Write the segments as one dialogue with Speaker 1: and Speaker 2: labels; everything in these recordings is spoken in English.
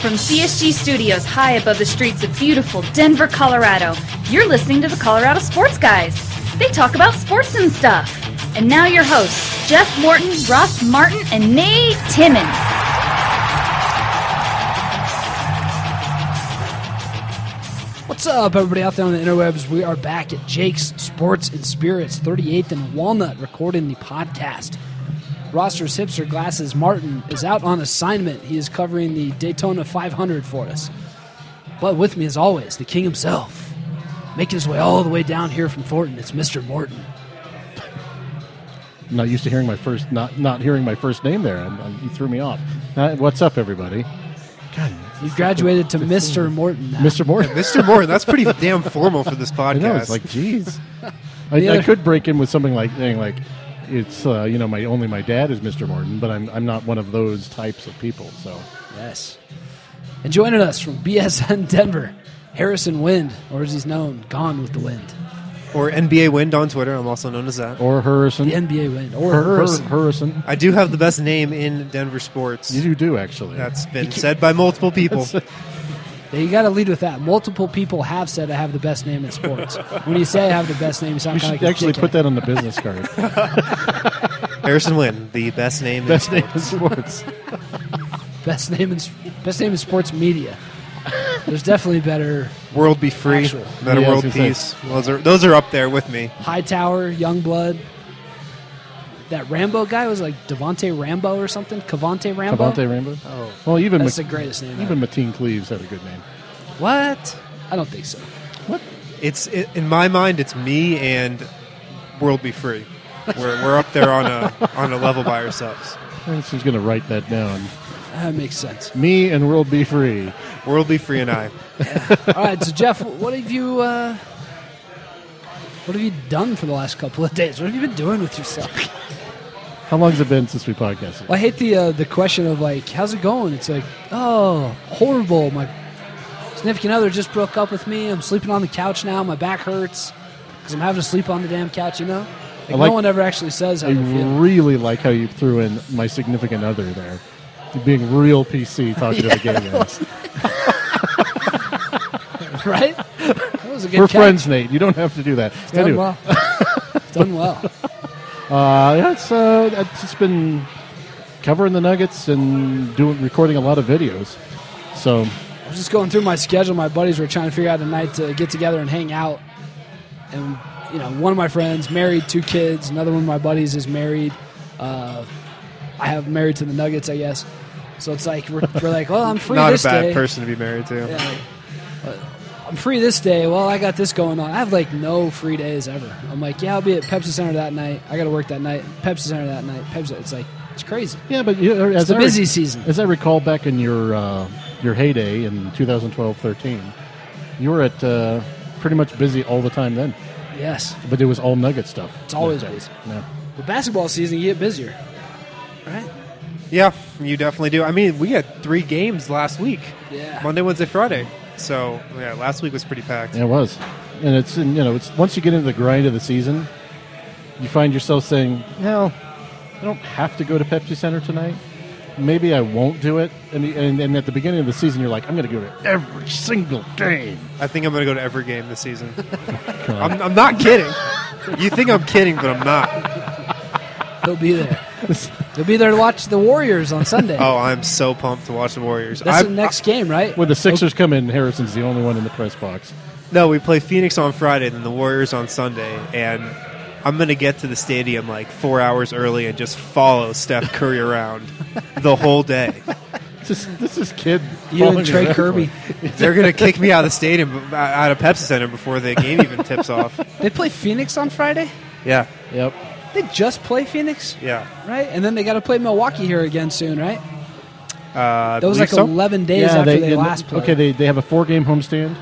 Speaker 1: From CSG Studios, high above the streets of beautiful Denver, Colorado, you're listening to the Colorado Sports Guys. They talk about sports and stuff. And now your hosts, Jeff Morton, Ross Martin, and Nate Timmons.
Speaker 2: What's up, everybody out there on the interwebs? We are back at Jake's Sports and Spirits, 38th and Walnut, recording the podcast. Roster's hipster glasses Martin is out on assignment. He is covering the Daytona 500 for us. But with me, as always, the king himself, making his way all the way down here from Thornton. It's Mr. Morton.
Speaker 3: I'm not used to hearing my first not not hearing my first name there. I'm, I'm, you threw me off. Uh, what's up, everybody? God,
Speaker 2: You graduated to Mr. Morton. now.
Speaker 3: Mr. Moore.
Speaker 4: Mr. Morton, that's pretty damn formal for this
Speaker 3: I
Speaker 4: podcast.
Speaker 3: know. It's like, jeez. I,
Speaker 2: The
Speaker 3: I
Speaker 2: other-
Speaker 3: could break in with something like saying like, it's uh, you know my only my dad is Mr. Morton, but I'm I'm not one of those types of people. So
Speaker 2: Yes. And joining us from BSN Denver, Harrison Wind, or as he's known, Gone with the Wind.
Speaker 4: or NBA Wind on Twitter. I'm also known as that.
Speaker 3: or Harrison,
Speaker 2: The NBA Wind, or
Speaker 3: Her- Her-
Speaker 2: Harrison.
Speaker 3: Harrison.
Speaker 4: I do have the best name in Denver sports.
Speaker 3: You do actually.
Speaker 4: That's been said by multiple people.
Speaker 2: Yeah, you got to lead with that. Multiple people have said I have the best name in sports. when you say I have the best name, you
Speaker 3: we
Speaker 2: sound kind
Speaker 3: should
Speaker 2: of like
Speaker 3: actually
Speaker 2: a dickhead.
Speaker 3: put that on the business card.
Speaker 4: Harrison Wynn, the best name. in
Speaker 3: Best name
Speaker 4: sports.
Speaker 3: in sports.
Speaker 2: best name in s- best name in sports media. There's definitely better.
Speaker 4: World be free.
Speaker 2: Actual.
Speaker 4: Meta
Speaker 3: Yeah, I was
Speaker 4: world
Speaker 3: gonna say.
Speaker 4: peace. Those are those are up there with me.
Speaker 2: Hightower, Youngblood. That Rambo guy was like Devonte Rambo or something. Cavante Rambo.
Speaker 3: Avante Rambo. Oh, well, even
Speaker 2: That's
Speaker 3: Ma-
Speaker 2: the greatest name
Speaker 3: Even Mateen Cleaves had a good name.
Speaker 2: What? I don't think so.
Speaker 3: What?
Speaker 4: It's i in my mind. It's me and World be free. We're, we're up there on a on a level by ourselves.
Speaker 3: She's going to write that down.
Speaker 2: That makes sense.
Speaker 3: Me and World Be Free.
Speaker 4: World be free and I.
Speaker 2: All right, so Jeff, what have you uh, what have you done for the last couple of days? What have you been doing with yourself?
Speaker 3: How long has it been since we podcasted?
Speaker 2: Well, I hate the uh, the question of like, how's it going? It's like, oh, horrible. My significant other just broke up with me. I'm sleeping on the couch now. My back hurts because I'm having to sleep on the damn couch. You know, like,
Speaker 3: like-
Speaker 2: no one ever actually says how
Speaker 3: I
Speaker 2: they feel.
Speaker 3: really like how you threw in my significant other there. You're being real PC talking to the gay guy.
Speaker 2: right? That was a good.
Speaker 3: We're
Speaker 2: catch.
Speaker 3: friends, Nate. You don't have to do that.
Speaker 2: Done
Speaker 3: Anyway,
Speaker 2: well. Done well.
Speaker 3: uh, yeah, it's, uh, it's just been covering the Nuggets and doing recording a lot of videos. So
Speaker 2: I was just going through my schedule. My buddies were trying to figure out a night to get together and hang out. And, you know, one of my friends married two kids. Another one of my buddies is married. Uh, I have married to the Nuggets, I guess. So it's like, we're, we're like, well, I'm free
Speaker 4: Not a
Speaker 2: this
Speaker 4: bad
Speaker 2: day.
Speaker 4: person to be married to.
Speaker 2: Yeah, like, uh, I'm free this day. Well, I got this going on. I have like no free days ever. I'm like, yeah, I'll be at Pepsi Center that night. I got to work that night. Pepsi Center that night. Pepsi. It's like, it's crazy.
Speaker 3: yeah, but you, uh, as
Speaker 2: the
Speaker 3: I rec-
Speaker 2: busy season.
Speaker 3: As I recall, back in your uh, your heyday in 2012-13, you were at uh, pretty much busy all the time then.
Speaker 2: Yes.
Speaker 3: But it was all Nugget stuff.
Speaker 2: It's always
Speaker 3: Yeah.
Speaker 2: busy.
Speaker 3: Yeah.
Speaker 2: The basketball season, you get busier. Right?
Speaker 4: Yeah, you definitely do. I mean, we had three games last week.
Speaker 2: Yeah.
Speaker 4: Monday, Wednesday, Friday. So yeah, last week was pretty packed.
Speaker 3: Yeah, It was, and it's and, you know it's once you get into the grind of the season, you find yourself saying, "Well, I don't have to go to Pepsi Center tonight. Maybe I won't do it." And and, and at the beginning of the season, you're like, "I'm going to go to every single game."
Speaker 4: I think I'm going to go to every game this season. I'm, I'm not kidding. You think I'm kidding, but I'm not.
Speaker 2: He'll be there. He'll be there to watch the Warriors on Sunday.
Speaker 4: Oh, I'm so pumped to watch the Warriors.
Speaker 2: That's
Speaker 4: I'm-
Speaker 2: the next game, right?
Speaker 3: When the Sixers come in, Harrison's the only one in the press box.
Speaker 4: no, we play Phoenix on Friday, then the Warriors on Sunday, and I'm going to get to the stadium like four hours early and just follow Steph Curry around the whole day.
Speaker 3: It's just- this is kid.
Speaker 2: You
Speaker 3: falling
Speaker 2: and Trey
Speaker 3: around
Speaker 2: Kirby.
Speaker 3: for-
Speaker 4: They're going to kick me out of the stadium, uh, out of Pepsi Center before the game even tips off.
Speaker 2: They play Phoenix on Friday?
Speaker 4: Yeah,
Speaker 3: Yep.
Speaker 2: They just play Phoenix,
Speaker 4: yeah.
Speaker 2: right? And then they got to play Milwaukee here again soon, right?
Speaker 4: Uh,
Speaker 2: That was like
Speaker 4: believe so.
Speaker 2: 11 days after they, last played.
Speaker 3: Okay, they, they have a four game homestand,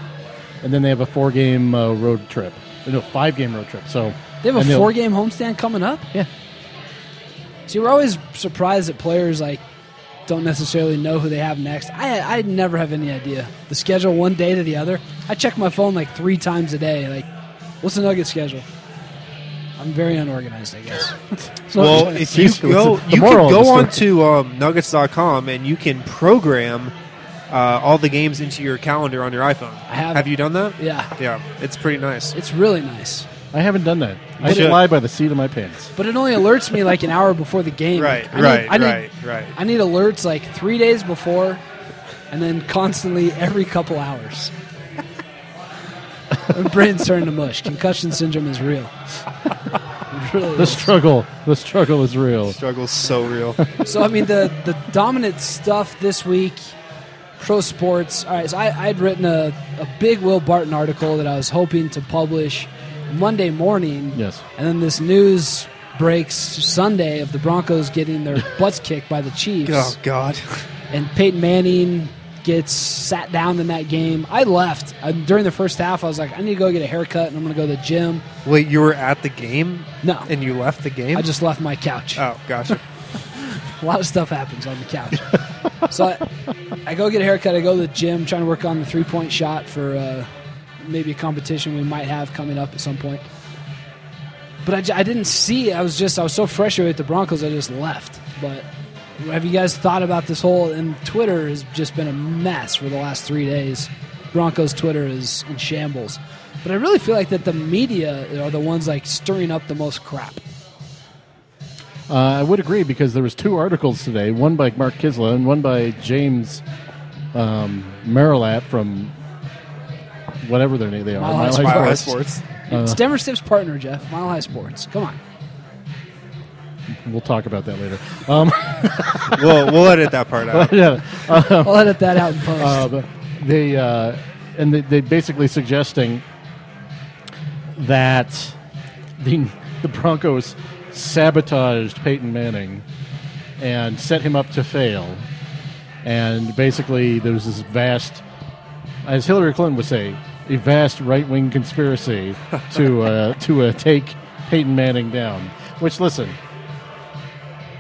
Speaker 3: and then they have a four game uh, road trip. No, five game road trip. So
Speaker 2: They have
Speaker 3: and
Speaker 2: a
Speaker 3: they'll-
Speaker 2: four game homestand coming up?
Speaker 3: Yeah.
Speaker 2: See, we're always surprised that players like don't necessarily know who they have next. I I never have any idea the schedule one day to the other. I check my phone like three times a day. Like, what's the Nugget schedule? I'm very unorganized, I guess. It's not
Speaker 4: Well,
Speaker 2: really-
Speaker 4: if you
Speaker 3: Excuse me,
Speaker 4: go,
Speaker 3: it's the
Speaker 4: you can
Speaker 3: moral of
Speaker 4: go
Speaker 3: the
Speaker 4: on to um, nuggets.com and you can program uh, all the games into your calendar on your iPhone.
Speaker 2: I have.
Speaker 4: you done that?
Speaker 2: Yeah,
Speaker 4: Yeah, it's pretty nice.
Speaker 2: it's really nice.
Speaker 3: I haven't done that. I
Speaker 4: should.
Speaker 3: fly by the seat of my pants.
Speaker 2: But it only alerts me like an hour before the game.
Speaker 4: Right,
Speaker 2: Like, I need-
Speaker 4: right,
Speaker 2: I need-
Speaker 4: right, right.
Speaker 2: I need alerts like three days before, and then constantly every couple hours. My brain's turning to mush. Concussion syndrome is real. It really
Speaker 3: The
Speaker 2: is.
Speaker 3: struggle, the struggle is real.
Speaker 4: Struggle's so real.
Speaker 2: So I mean the the dominant stuff this week, pro sports. All right, so I I'd written a, a big Will Barton article that I was hoping to publish Monday morning.
Speaker 3: Yes.
Speaker 2: And then this news breaks Sunday of the Broncos getting their butts kicked by the Chiefs,
Speaker 4: oh God.
Speaker 2: and Peyton Manning gets sat down in that game. I left I, during the first half. I was like, I need to go get a haircut, and I'm going to go to the gym.
Speaker 4: Wait, you were at the game?
Speaker 2: No.
Speaker 4: And you left the game?
Speaker 2: I just left my couch.
Speaker 4: Oh, gotcha.
Speaker 2: A lot of stuff happens on the couch. so I, I go get a haircut. I go to the gym, trying to work on the three point shot for uh, maybe a competition we might have coming up at some point. But I, j- I didn't see. I was just I was so frustrated with the Broncos. I just left. But have you guys thought about this whole? And Twitter has just been a mess for the last three days. Broncos Twitter is in shambles. But I really feel like that the media are the ones like stirring up the most crap.
Speaker 3: Uh, I would agree because there was two articles today, one by Mark Kisla and one by James um, Marilat from whatever their name they are.
Speaker 2: Mile High
Speaker 4: Mile High
Speaker 3: Sports.
Speaker 4: Sports.
Speaker 2: it's Denver Stiff's partner, Jeff Mile High Sports. Come on.
Speaker 3: We'll talk about that later. Um,
Speaker 4: we'll, we'll edit that part out.
Speaker 3: yeah,
Speaker 2: I'll edit that out in post.
Speaker 3: uh, but they uh, and they, they basically suggesting that the the Broncos sabotaged Peyton Manning and set him up to fail, and basically there was this vast, as Hillary Clinton would say, a vast right wing conspiracy to uh, to uh, take Peyton Manning down. Which listen.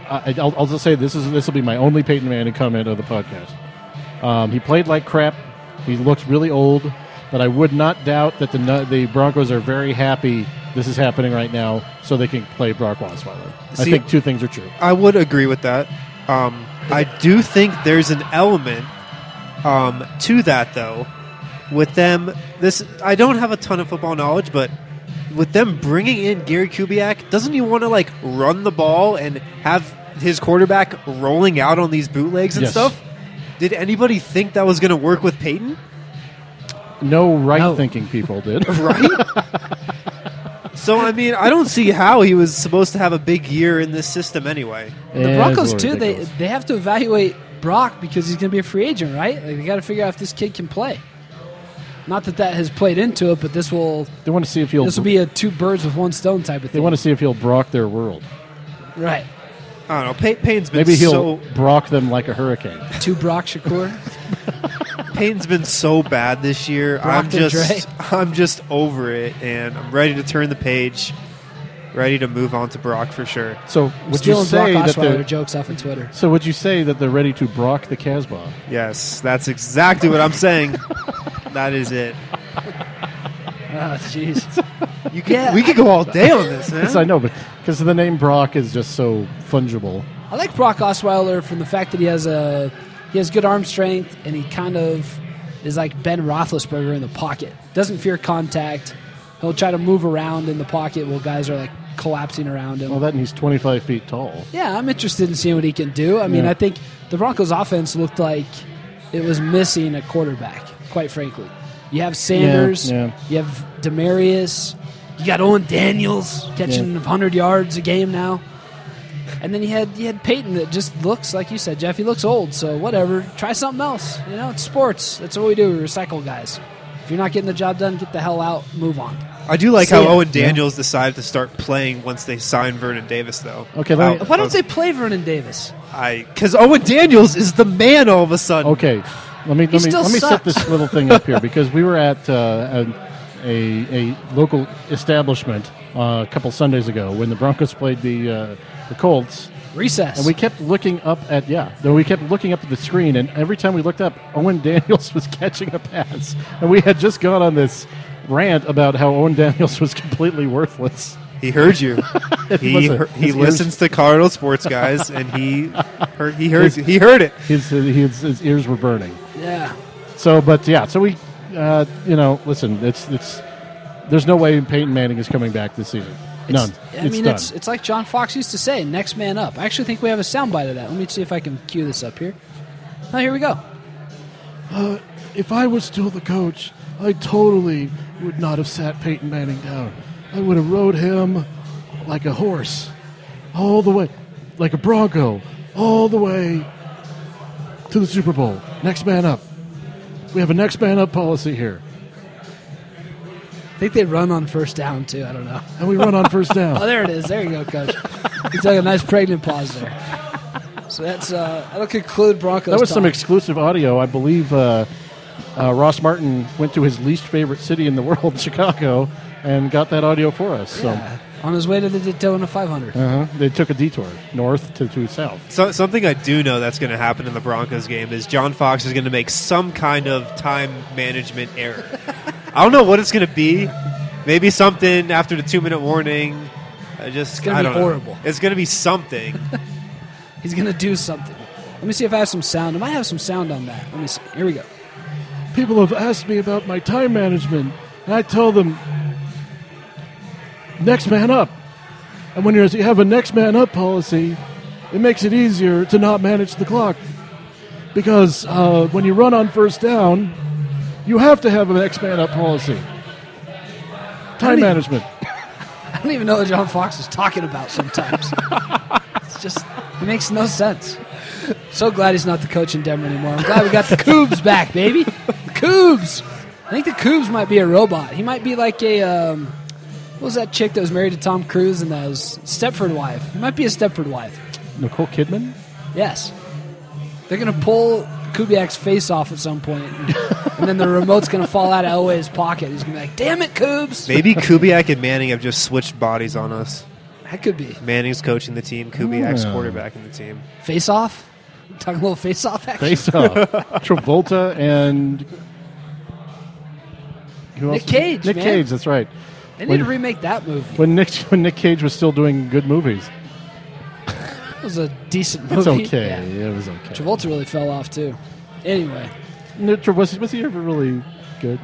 Speaker 3: I, I'll, I'll just say this is this will be my only Peyton Manning comment of the podcast. Um, he played like crap. He looked really old. But I would not doubt that the Nu- the Broncos are very happy this is happening right now, so they can play Brock Osweiler. I
Speaker 4: See-
Speaker 3: think two things are true.
Speaker 4: I would agree with that. Um, I do think there's an element um, to that, though, with them. This I don't have a ton of football knowledge, but with them bringing in Gary Kubiak, doesn't he want to like run the ball and have his quarterback rolling out on these bootlegs and
Speaker 3: Yes.
Speaker 4: stuff? Did anybody think that was going to work with Peyton?
Speaker 2: No.
Speaker 3: No right-thinking people did.
Speaker 4: right? so I mean, I don't see how he was supposed to have a big year in this system anyway.
Speaker 2: the
Speaker 3: Yeah,
Speaker 2: Broncos
Speaker 3: it's a
Speaker 2: too.
Speaker 3: little
Speaker 2: They
Speaker 3: ridiculous.
Speaker 2: they have to evaluate Brock because he's going to be a free agent, right? Like they got to figure out if this kid can play. Not that that has played into it, but this will
Speaker 3: they want to see if he'll
Speaker 2: this will be a two birds with one stone type of
Speaker 3: they
Speaker 2: thing.
Speaker 3: want to see if he'll Brock their world.
Speaker 2: right?
Speaker 4: I don't know. Pey- Peyton's been
Speaker 3: Maybe he'll
Speaker 4: so
Speaker 3: Brock them like a hurricane.
Speaker 2: Two Brock Shakur.
Speaker 4: Payton's been so bad this year.
Speaker 2: Brock
Speaker 4: I'm
Speaker 2: to
Speaker 4: just I'm just over it and I'm ready to turn the page. Ready to move on to Brock for sure.
Speaker 3: So would you
Speaker 2: stealing
Speaker 3: say
Speaker 2: Brock
Speaker 3: that
Speaker 2: Osweiler
Speaker 3: they're
Speaker 2: jokes off on Twitter.
Speaker 3: so would you say that they're ready to Brock the Casbah?
Speaker 4: Yes, that's exactly what I'm saying. that is it.
Speaker 2: Oh jeez.
Speaker 4: You could,
Speaker 2: Yeah.
Speaker 4: we could go all day on this, man.
Speaker 3: Yes, I know, but because the name Brock is just so fungible.
Speaker 2: I like Brock Osweiler from the fact that he has a he has good arm strength and he kind of is like Ben Roethlisberger in the pocket. Doesn't fear contact. He'll try to move around in the pocket while guys are like collapsing around him.
Speaker 3: Well, that and he's twenty-five feet tall.
Speaker 2: Yeah, I'm interested in seeing what he can do. I mean,
Speaker 3: Yeah.
Speaker 2: I think the Broncos' offense looked like it was missing a quarterback, quite frankly. You have Sanders,
Speaker 3: Yeah, yeah.
Speaker 2: you have Demarius, you got Owen Daniels catching
Speaker 3: Yeah.
Speaker 2: 100 yards a game now. And then you had you had Peyton that just looks like you said, Jeff. He looks old, so whatever. Try something else. You know, it's sports. That's what we do. We recycle guys. If you're not getting the job done, get the hell out. Move on.
Speaker 4: I do like
Speaker 2: See
Speaker 4: how
Speaker 2: ya.
Speaker 4: Owen Daniels decided to start playing once they signed Vernon Davis, though.
Speaker 3: Okay, let me-
Speaker 4: How-
Speaker 2: Why don't they play Vernon Davis?
Speaker 4: I because Owen Daniels is the man all of a sudden.
Speaker 3: Okay, let me let me,
Speaker 2: still
Speaker 3: let me set
Speaker 2: sucked.
Speaker 3: this little thing up here because we were at uh, a, a a local establishment uh, a couple Sundays ago when the Broncos played the uh, the Colts,
Speaker 2: Recess.
Speaker 3: and we kept looking up at yeah, then we kept looking up at the screen, and every time we looked up, Owen Daniels was catching a pass, and we had just gone on this rant about how Owen Daniels was completely worthless.
Speaker 4: He heard you. He
Speaker 3: Listen,
Speaker 4: hear- he
Speaker 3: his ears-
Speaker 4: listens to Colorado sports guys, and he heard he heard he heard it.
Speaker 3: His, his, his ears were burning.
Speaker 2: Yeah.
Speaker 3: So, but yeah, so we, uh, you know, listen, it's it's there's no way Peyton Manning is coming back this season. None.
Speaker 2: I
Speaker 3: it's
Speaker 2: mean,
Speaker 3: done.
Speaker 2: it's it's like John Fox used to say, "Next man up." I actually think we have a soundbite of that. Let me see if I can cue this up here. Oh, here we go.
Speaker 5: If I was still the coach, I totally would not have sat Peyton Manning down. I would have rode him like a horse, all the way, like a bronco, all the way to the Super Bowl. Next man up. We have a next man up policy here,
Speaker 2: I think they run on first down too. I don't know.
Speaker 5: and we run on first down.
Speaker 2: Oh, there it is. There you go, coach. you took a nice pregnant pause there. So that's uh, that'll conclude Broncos.
Speaker 3: that was some
Speaker 2: talk.
Speaker 3: exclusive audio, I believe. Uh, uh, Ross Martin went to his least favorite city in the world, Chicago, and got that audio for us.
Speaker 2: Yeah. on his way to the Daytona 500.
Speaker 3: So uh they took a detour north to, to south.
Speaker 4: So, something I do know that's going to happen in the Broncos game is John Fox is going to make some kind of time management error. I don't know what it's going to be. Maybe something after the two minute warning. I just it's
Speaker 2: gonna
Speaker 4: I
Speaker 2: be
Speaker 4: don't know.
Speaker 2: horrible.
Speaker 4: It's going to be something.
Speaker 2: He's gonna do something. Let me see if I have some sound. I might have some sound on that. Let me see. Here we go.
Speaker 5: People have asked me about my time management, and I tell them, next man up. And when you're, you have a next man up policy, it makes it easier to not manage the clock. Because uh, when you run on first down, you have to have a next man up policy. Time
Speaker 2: do you-
Speaker 5: management.
Speaker 2: I don't even know what John Fox is talking about sometimes. it's just, it makes no sense. So glad he's not the coach in Denver anymore. I'm glad we got the Coobs back, baby. The Coobs. I think the Coobs might be a robot. He might be like a, um, what was that chick that was married to Tom Cruise and that was Stepford wife? He might be a Stepford wife.
Speaker 3: Nicole Kidman?
Speaker 2: Yes. They're going to pull Kubiak's face off at some point, and, and then the remote's going to fall out of Elway's pocket. He's going to be like, damn it, Coobs.
Speaker 4: Maybe Kubiak and Manning have just switched bodies on us.
Speaker 2: That could be.
Speaker 4: Manning's coaching the team. Kubiak's
Speaker 3: Oh.
Speaker 4: quarterbacking the team.
Speaker 2: Face off? Talking a little face off action?
Speaker 3: Face off. Travolta and. Who
Speaker 2: Nick
Speaker 3: else?
Speaker 2: Cage,
Speaker 3: Nick
Speaker 2: man.
Speaker 3: Cage, that's right.
Speaker 2: They need to
Speaker 3: When-
Speaker 2: remake that movie.
Speaker 3: When Nick, when Nick Cage was still doing good movies.
Speaker 2: It was a decent
Speaker 3: It's
Speaker 2: movie.
Speaker 3: okay.
Speaker 2: Yeah.
Speaker 3: It was okay.
Speaker 2: Travolta really fell off too. Anyway,
Speaker 3: No, Tra- was, was he ever really good?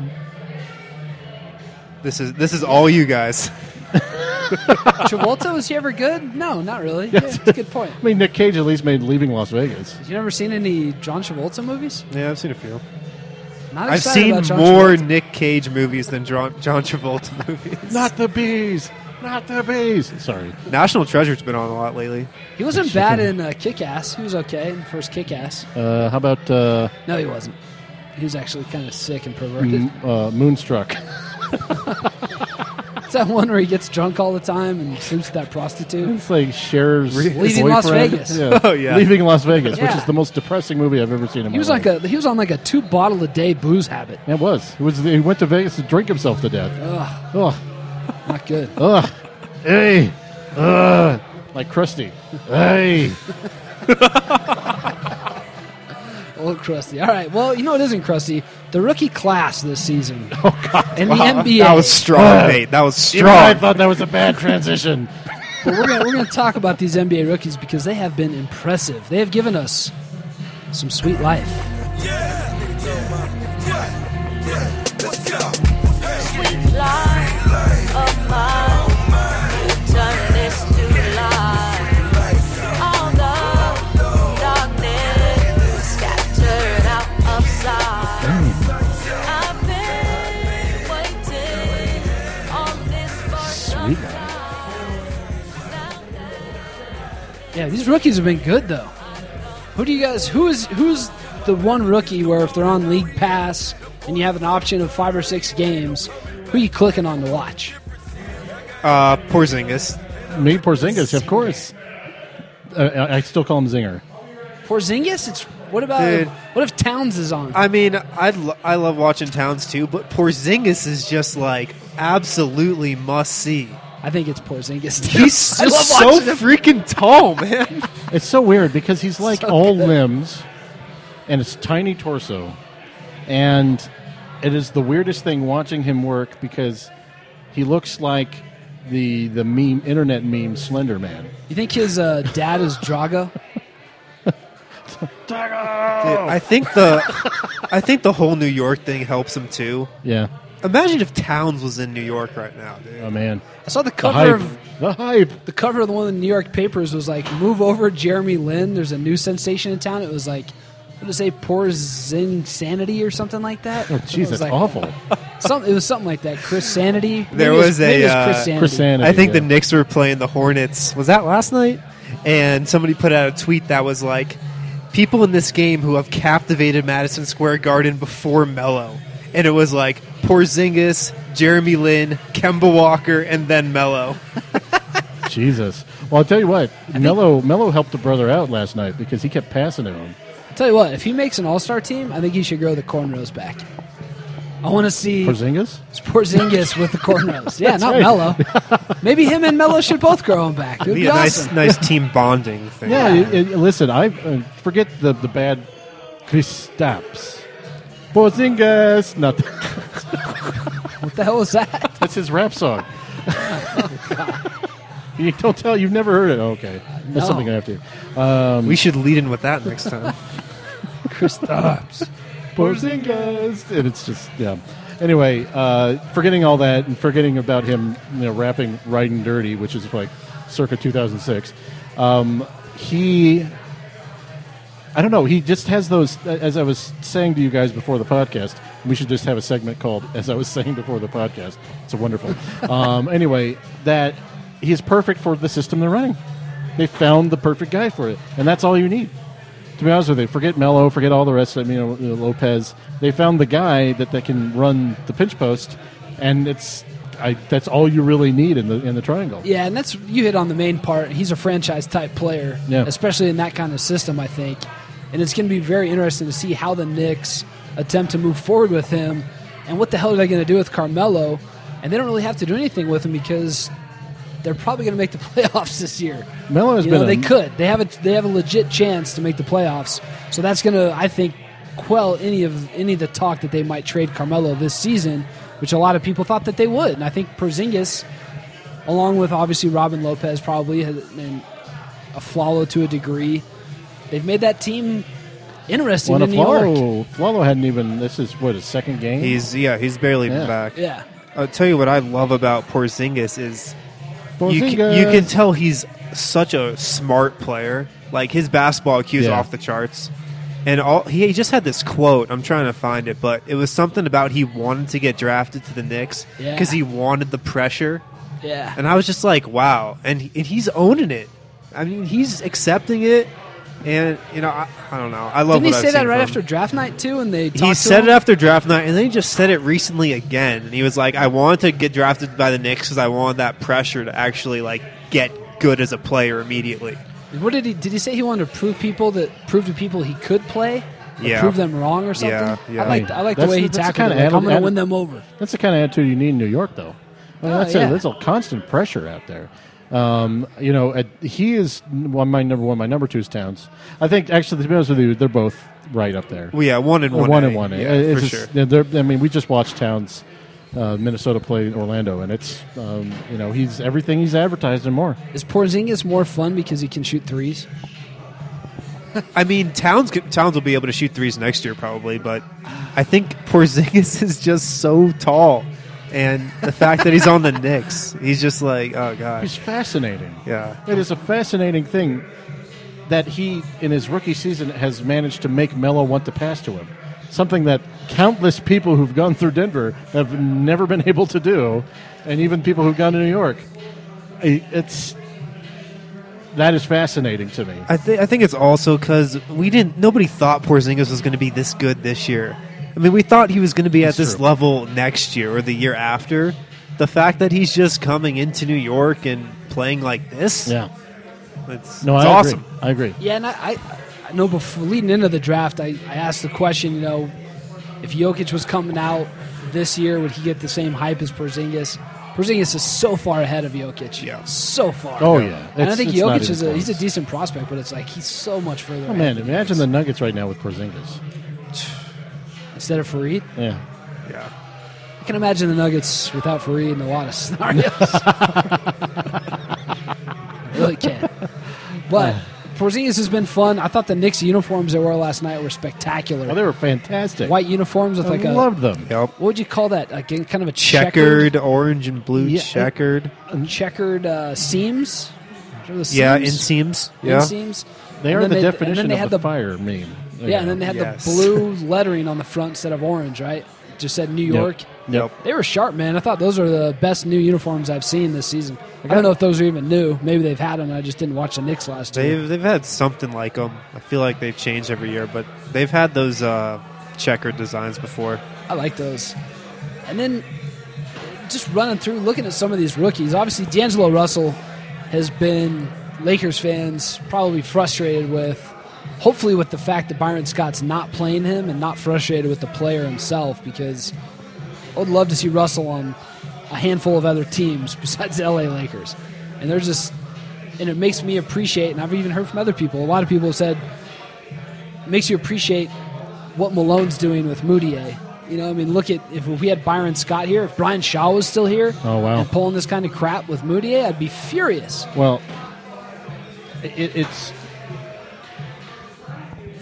Speaker 4: This is this is all you guys.
Speaker 2: Travolta was he ever good? No, not really. Yeah, that's a good point.
Speaker 3: I mean, Nick Cage at least made Leaving Las Vegas.
Speaker 2: You never seen any John Travolta movies?
Speaker 4: Yeah, I've seen a few.
Speaker 2: Not
Speaker 4: I've
Speaker 2: excited
Speaker 4: seen
Speaker 2: about John
Speaker 4: more
Speaker 2: Travolta.
Speaker 4: Nick Cage movies than John, John Travolta movies.
Speaker 3: Not the bees. Not the bees. Sorry.
Speaker 4: National Treasure's been on a lot lately.
Speaker 2: He wasn't bad in uh, Kick Ass. He was okay in the first Kick Ass.
Speaker 3: Uh, how about uh,
Speaker 2: No, he wasn't. He was actually kind of sick and perverted.
Speaker 4: Mm.
Speaker 3: m- uh, Moonstruck?
Speaker 2: It's that one where he gets drunk all the time and sleeps with that prostitute.
Speaker 3: It's like Cher's
Speaker 2: Leaving
Speaker 3: boyfriend.
Speaker 2: Las Vegas.
Speaker 4: Oh, yeah.
Speaker 3: Leaving Las Vegas,
Speaker 2: Yeah.
Speaker 3: which is the most depressing movie I've ever seen in
Speaker 2: He
Speaker 3: my
Speaker 2: was
Speaker 4: Oh.
Speaker 3: life.
Speaker 2: like a he was on like a two bottle a day booze habit.
Speaker 3: It was. It was. He went to Vegas to drink himself to death.
Speaker 2: Ugh,
Speaker 3: Ugh.
Speaker 2: not good.
Speaker 3: Ugh. Hey. Ugh. Like Krusty. Hey.
Speaker 2: Old crusty. All right. Well, you know it isn't crusty. The rookie class this season.
Speaker 3: Oh God.
Speaker 2: in
Speaker 4: Wow,
Speaker 2: the NBA.
Speaker 4: Uh, That was strong, Nate. That was
Speaker 3: Even I
Speaker 4: strong.
Speaker 3: thought that was a bad transition.
Speaker 2: but we're gonna, we're going to talk about these NBA rookies because they have been impressive. They have given us some sweet life.
Speaker 6: Sweet life of mine, you've done this to life. All the darkness scattered out of sight. I've been waiting on this for some
Speaker 2: Yeah, these rookies have been good though. Who do you guys? Who is who's the one rookie where if they're on league pass and you have an option of five or six games, who you clicking on to watch?
Speaker 4: Uh, Porzingis.
Speaker 3: Me, Porzingis, of course. Uh, I, I still call him Zinger.
Speaker 2: Porzingis? It's what about
Speaker 4: Dude.
Speaker 2: what if Towns is on?
Speaker 4: I mean, I lo- I love watching Towns too, but Porzingis is just like absolutely must see.
Speaker 2: I think it's Porzingis.
Speaker 4: He's
Speaker 2: I love
Speaker 4: just so
Speaker 2: watching him.
Speaker 4: freaking tall, man.
Speaker 3: It's so weird because he's like
Speaker 2: So
Speaker 3: all
Speaker 2: good.
Speaker 3: limbs and it's tiny torso. And it is the weirdest thing watching him work because he looks like the the meme internet meme Slender Man.
Speaker 2: You think his uh, dad is Drago?
Speaker 4: I think the I think the whole New York thing helps him too.
Speaker 3: Yeah.
Speaker 4: Imagine if Towns was in New York right now, dude.
Speaker 3: Oh man.
Speaker 2: I saw the
Speaker 3: The
Speaker 2: cover
Speaker 3: hype.
Speaker 2: of
Speaker 3: The hype.
Speaker 2: the cover of the one of the New York papers was like, "Move over, Jeremy Lin." There's a new sensation in town. It was like, what did it say? Poor Zing Sanity or something like that.
Speaker 3: Oh
Speaker 2: It
Speaker 3: jeez,
Speaker 2: was
Speaker 3: that's
Speaker 2: like-
Speaker 3: awful.
Speaker 2: Some, it was something like that. Chris Sanity. Maybe
Speaker 4: There
Speaker 2: it
Speaker 4: was
Speaker 2: maybe
Speaker 4: a,
Speaker 2: it Chris
Speaker 4: uh,
Speaker 2: Sanity.
Speaker 3: Chris Sanity,
Speaker 4: I think
Speaker 3: yeah.
Speaker 4: the Knicks were playing the Hornets. Was that last night? And somebody put out a tweet that was like, "People in this game who have captivated Madison Square Garden before Mello," and it was like Porzingis, Jeremy Lin, Kemba Walker, and then Mello.
Speaker 3: Jesus. Well, I'll tell you what. Mello Mello helped a brother out last night because he kept passing to him.
Speaker 2: Tell you what, if he makes an All Star team, I think he should grow the cornrows back. I want to see
Speaker 3: Porzingis.
Speaker 2: Porzingis with the cornrows. Yeah, not
Speaker 3: right.
Speaker 2: Mello. Maybe him and Mello should both grow them back. It would
Speaker 4: Be
Speaker 2: be
Speaker 4: a
Speaker 2: awesome.
Speaker 4: nice, nice team bonding thing.
Speaker 3: Yeah, it, it- listen, I uh, forget the the bad Chris Stapps. Porzingis, not
Speaker 2: What the hell was that?
Speaker 3: that's his rap song. you don't tell you've never heard it. Oh, okay,
Speaker 2: No.
Speaker 3: that's something I have to.
Speaker 4: we should lead in with that next time.
Speaker 2: Chris Dobbs.
Speaker 3: Porzingis, and it's just yeah. Anyway, uh, forgetting all that and forgetting about him, you know, rapping "Riding Dirty," which is like circa 2006. Um, he, I don't know. He just has those. uh, As I was saying to you guys before the podcast, we should just have a segment called "As I Was Saying Before the Podcast." It's a wonderful. um, anyway, that he is perfect for the system they're running. They found the perfect guy for it, and that's all you need to be honest with you, forget Melo, forget all the rest of them, you know, you know, Lopez. They found the guy that, that can run the pinch post, and it's I, that's all you really need in the in the triangle.
Speaker 2: Yeah, and that's you hit on the main part. He's a franchise type player,
Speaker 3: Yeah.
Speaker 2: especially in that kind of system, I think. And it's going to be very interesting to see how the Knicks attempt to move forward with him, and what the hell are they going to do with Carmelo? And they don't really have to do anything with him because they're probably going to make the playoffs this year.
Speaker 3: Melo has
Speaker 2: You
Speaker 3: been
Speaker 2: know,
Speaker 3: a-
Speaker 2: they could. They have a they have a legit chance to make the playoffs. So that's going to I think quell any of any of the talk that they might trade Carmelo this season, which a lot of people thought that they would. And I think Porzingis along with obviously Robin Lopez, probably, has- and a Flalo to a degree. They've made that team interesting
Speaker 3: Well,
Speaker 2: in
Speaker 3: and
Speaker 2: New York.
Speaker 3: Aflalo, Aflalo hadn't even. This is what his second game.
Speaker 4: He's yeah, he's barely
Speaker 3: Yeah.
Speaker 4: been back.
Speaker 2: Yeah,
Speaker 4: I'll tell you what I love about Porzingis is you
Speaker 3: Porzingis.
Speaker 4: can, you can tell he's such a smart player. Like his basketball IQ is
Speaker 3: Yeah.
Speaker 4: off the charts. And all he, he just had this quote. I'm trying to find it, but it was something about he wanted to get drafted to the Knicks
Speaker 2: Yeah.
Speaker 4: because he wanted the pressure.
Speaker 2: yeah.
Speaker 4: And I was just like, wow. And, he- and he's owning it. I mean, he's accepting it. And you know, I, I don't know. I love.
Speaker 2: Didn't he
Speaker 4: what I've
Speaker 2: say that
Speaker 4: seen
Speaker 2: right
Speaker 4: from
Speaker 2: after
Speaker 4: him.
Speaker 2: draft night too? And they talked
Speaker 4: He
Speaker 2: to
Speaker 4: said
Speaker 2: him?
Speaker 4: it after draft night, and then he just said it recently again. And he was like, "I wanted to get drafted by the Knicks because I wanted that pressure to actually like get good as a player immediately."
Speaker 2: What did he? Did he say he wanted to prove people that prove to people he could play? Or
Speaker 4: Yeah.
Speaker 2: prove them wrong or something.
Speaker 4: Yeah, yeah.
Speaker 2: I like I like the
Speaker 3: That's
Speaker 2: way
Speaker 3: the-
Speaker 2: he
Speaker 3: that's the
Speaker 2: tackled it.
Speaker 3: kinda
Speaker 2: Like, I'm
Speaker 3: atti-
Speaker 2: going to
Speaker 3: atti-
Speaker 2: win them over.
Speaker 3: That's the kind of attitude you need in New York, though. I mean,
Speaker 2: Oh,
Speaker 3: that's,
Speaker 2: yeah.
Speaker 3: a, that's a constant pressure out there. Um, you know, at, he is one, my number one, my number two is Towns. I think, actually, to be honest with you, they're both right up there.
Speaker 4: Well, yeah, one and
Speaker 3: Or
Speaker 4: one,
Speaker 3: one
Speaker 4: A.
Speaker 3: and one. A.
Speaker 4: yeah,
Speaker 3: It's
Speaker 4: for
Speaker 3: just-
Speaker 4: sure.
Speaker 3: they're- they're- I mean, we just watched Towns, uh, Minnesota play Orlando, and it's um, you know he's everything he's advertised and more.
Speaker 2: Is Porzingis more fun because he can shoot threes?
Speaker 4: I mean, Towns could- Towns will be able to shoot threes next year probably, but I think Porzingis is just so tall, and the fact that he's on the Knicks, he's just like, oh
Speaker 3: It's
Speaker 4: gosh,
Speaker 3: fascinating.
Speaker 4: Yeah.
Speaker 3: it is a fascinating thing that he in his rookie season has managed to make Melo want to pass to him. Something that countless people who've gone through Denver have never been able to do, and even people who've gone to New York. I- It's that is fascinating to me.
Speaker 4: I, th- I think it's also because we didn't. Nobody thought Porzingis was going to be this good this year. I mean, we thought he was going to be
Speaker 3: That's
Speaker 4: at this
Speaker 3: true.
Speaker 4: level next year or the year after. The fact that he's just coming into New York and playing like this,
Speaker 3: Yeah,
Speaker 4: it's,
Speaker 3: no,
Speaker 4: it's
Speaker 3: I
Speaker 4: awesome.
Speaker 3: Agree. I agree.
Speaker 2: Yeah, and I, I, I know before leading into the draft, I, I asked the question, you know, if Jokic was coming out this year, would he get the same hype as Porzingis? Porzingis is so far ahead of Jokic.
Speaker 4: Yeah.
Speaker 2: So far.
Speaker 3: Oh, yeah.
Speaker 2: And I
Speaker 3: It's-
Speaker 2: think
Speaker 3: it's
Speaker 2: Jokic
Speaker 3: not even
Speaker 2: is a, he's a
Speaker 3: close.
Speaker 2: decent prospect, but it's like he's so much further
Speaker 3: Oh
Speaker 2: ahead
Speaker 3: man,
Speaker 2: than
Speaker 3: imagine
Speaker 2: Jokic.
Speaker 3: the Nuggets right now with Porzingis.
Speaker 2: Instead of Farid,
Speaker 3: Yeah,
Speaker 4: Yeah.
Speaker 2: I can imagine the Nuggets without Fareed in a lot of scenarios. I really can't. But Porzingis has been fun. I thought the Knicks uniforms they wore last night were spectacular.
Speaker 3: Oh, they were fantastic.
Speaker 2: White uniforms with
Speaker 3: I
Speaker 2: like
Speaker 3: loved
Speaker 2: a
Speaker 3: them.
Speaker 4: Yep.
Speaker 2: what would you call that? Like in- kind of a
Speaker 4: Checkered, orange and blue
Speaker 3: Yeah.
Speaker 4: checkered.
Speaker 2: checkered, checkered uh, seams. Sure, the
Speaker 4: Yeah,
Speaker 2: seams?
Speaker 4: inseams. Yeah.
Speaker 2: Inseams.
Speaker 3: They
Speaker 2: And
Speaker 3: are
Speaker 2: then
Speaker 3: the
Speaker 2: and then
Speaker 3: definition
Speaker 2: they
Speaker 3: of
Speaker 2: had
Speaker 3: the,
Speaker 2: the
Speaker 3: fire meme.
Speaker 2: Yeah, and then they had
Speaker 4: Yes.
Speaker 2: the blue lettering on the front instead of orange, right? Just said New
Speaker 3: Yep.
Speaker 2: York.
Speaker 3: Yep.
Speaker 2: They were sharp, man. I thought those are the best new uniforms I've seen this season. I don't know if those are even new. Maybe they've had them. and I just didn't watch the Knicks last year.
Speaker 4: They've they've had something like them. I feel like they've changed every year, but they've had those uh, checkered designs before.
Speaker 2: I like those. And then just running through, looking at some of these rookies. Obviously, D'Angelo Russell has been Lakers fans probably frustrated with, hopefully, with the fact that Byron Scott's not playing him and not frustrated with the player himself because I would love to see Russell on a handful of other teams besides the LA Lakers. And they're just, and it makes me appreciate, and I've even heard from other people, a lot of people have said, it makes you appreciate what Malone's doing with Moutier. You know, I mean, look at if we had Byron Scott here, if Brian Shaw was still here,
Speaker 3: Oh, wow.
Speaker 2: and pulling this kind of crap with Moutier, I'd be furious.
Speaker 3: Well, it, it's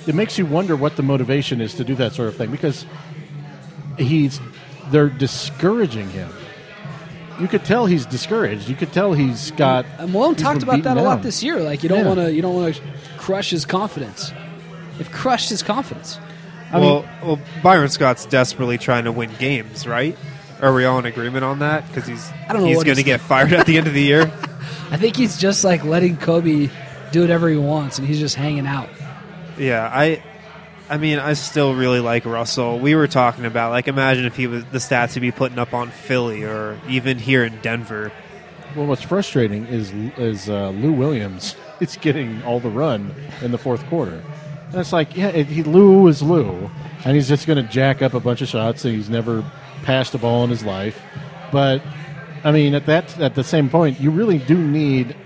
Speaker 3: it makes you wonder what the motivation is to do that sort of thing because he's they're discouraging him. You could tell he's discouraged. You could tell he's got.
Speaker 2: And Uh, Malone
Speaker 3: he's
Speaker 2: talked
Speaker 3: been
Speaker 2: about
Speaker 3: beaten
Speaker 2: that a lot
Speaker 3: down.
Speaker 2: this year. Like you don't
Speaker 3: Yeah.
Speaker 2: want to, you don't want to crush his confidence. They've crushed his confidence.
Speaker 4: well, well, Byron Scott's desperately trying to win games, right? Are we all in agreement on that? Because he's
Speaker 2: I don't know
Speaker 4: he's
Speaker 2: what
Speaker 4: going to
Speaker 2: he's
Speaker 4: get fired at the end of the year.
Speaker 2: I think he's just like letting Kobe do whatever he wants, and he's just hanging out.
Speaker 4: Yeah, I I mean, I still really like Russell. We were talking about like imagine if he was the stats he'd be putting up on Philly or even here in Denver.
Speaker 3: Well, what's frustrating is is uh, Lou Williams is getting all the run in the fourth quarter, and it's like, yeah, it, he, Lou is Lou, and he's just going to jack up a bunch of shots, and he's never passed a ball in his life. But I mean, at that at the same point, you really do need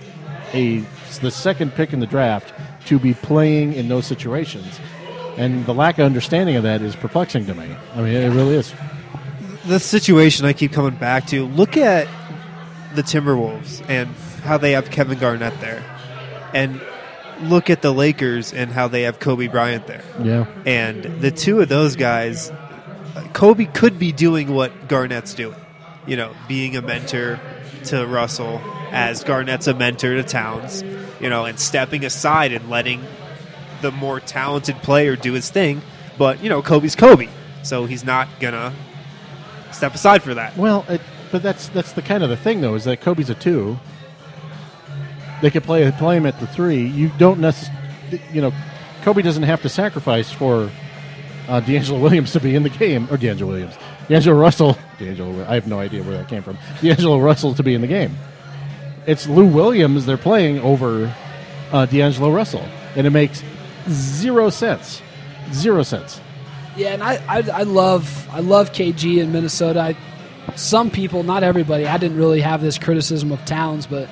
Speaker 3: a the second pick in the draft to be playing in those situations, and the lack of understanding of that is perplexing to me. I mean, it really is.
Speaker 4: The situation I keep coming back to. Look at the Timberwolves and how they have Kevin Garnett there. And look at the Lakers and how they have Kobe Bryant there.
Speaker 3: Yeah.
Speaker 4: And the two of those guys, Kobe could be doing what Garnett's doing, you know, being a mentor to Russell as Garnett's a mentor to Towns, you know, and stepping aside and letting the more talented player do his thing. But, you know, Kobe's Kobe, so he's not going to step aside for that.
Speaker 3: Well, it, but that's that's the kind of the thing though is that Kobe's a two. They could play play him at the three. You don't necessarily, you know, Kobe doesn't have to sacrifice for uh, D'Angelo Williams to be in the game or D'Angelo Williams, D'Angelo Russell, D'Angelo. I have no idea where that came from. D'Angelo Russell to be in the game. It's Lou Williams they're playing over uh, D'Angelo Russell, and it makes zero sense. Zero sense.
Speaker 2: Yeah, and I, I, I love I love KG in Minnesota. I, some people, not everybody, I didn't really have this criticism of Towns, but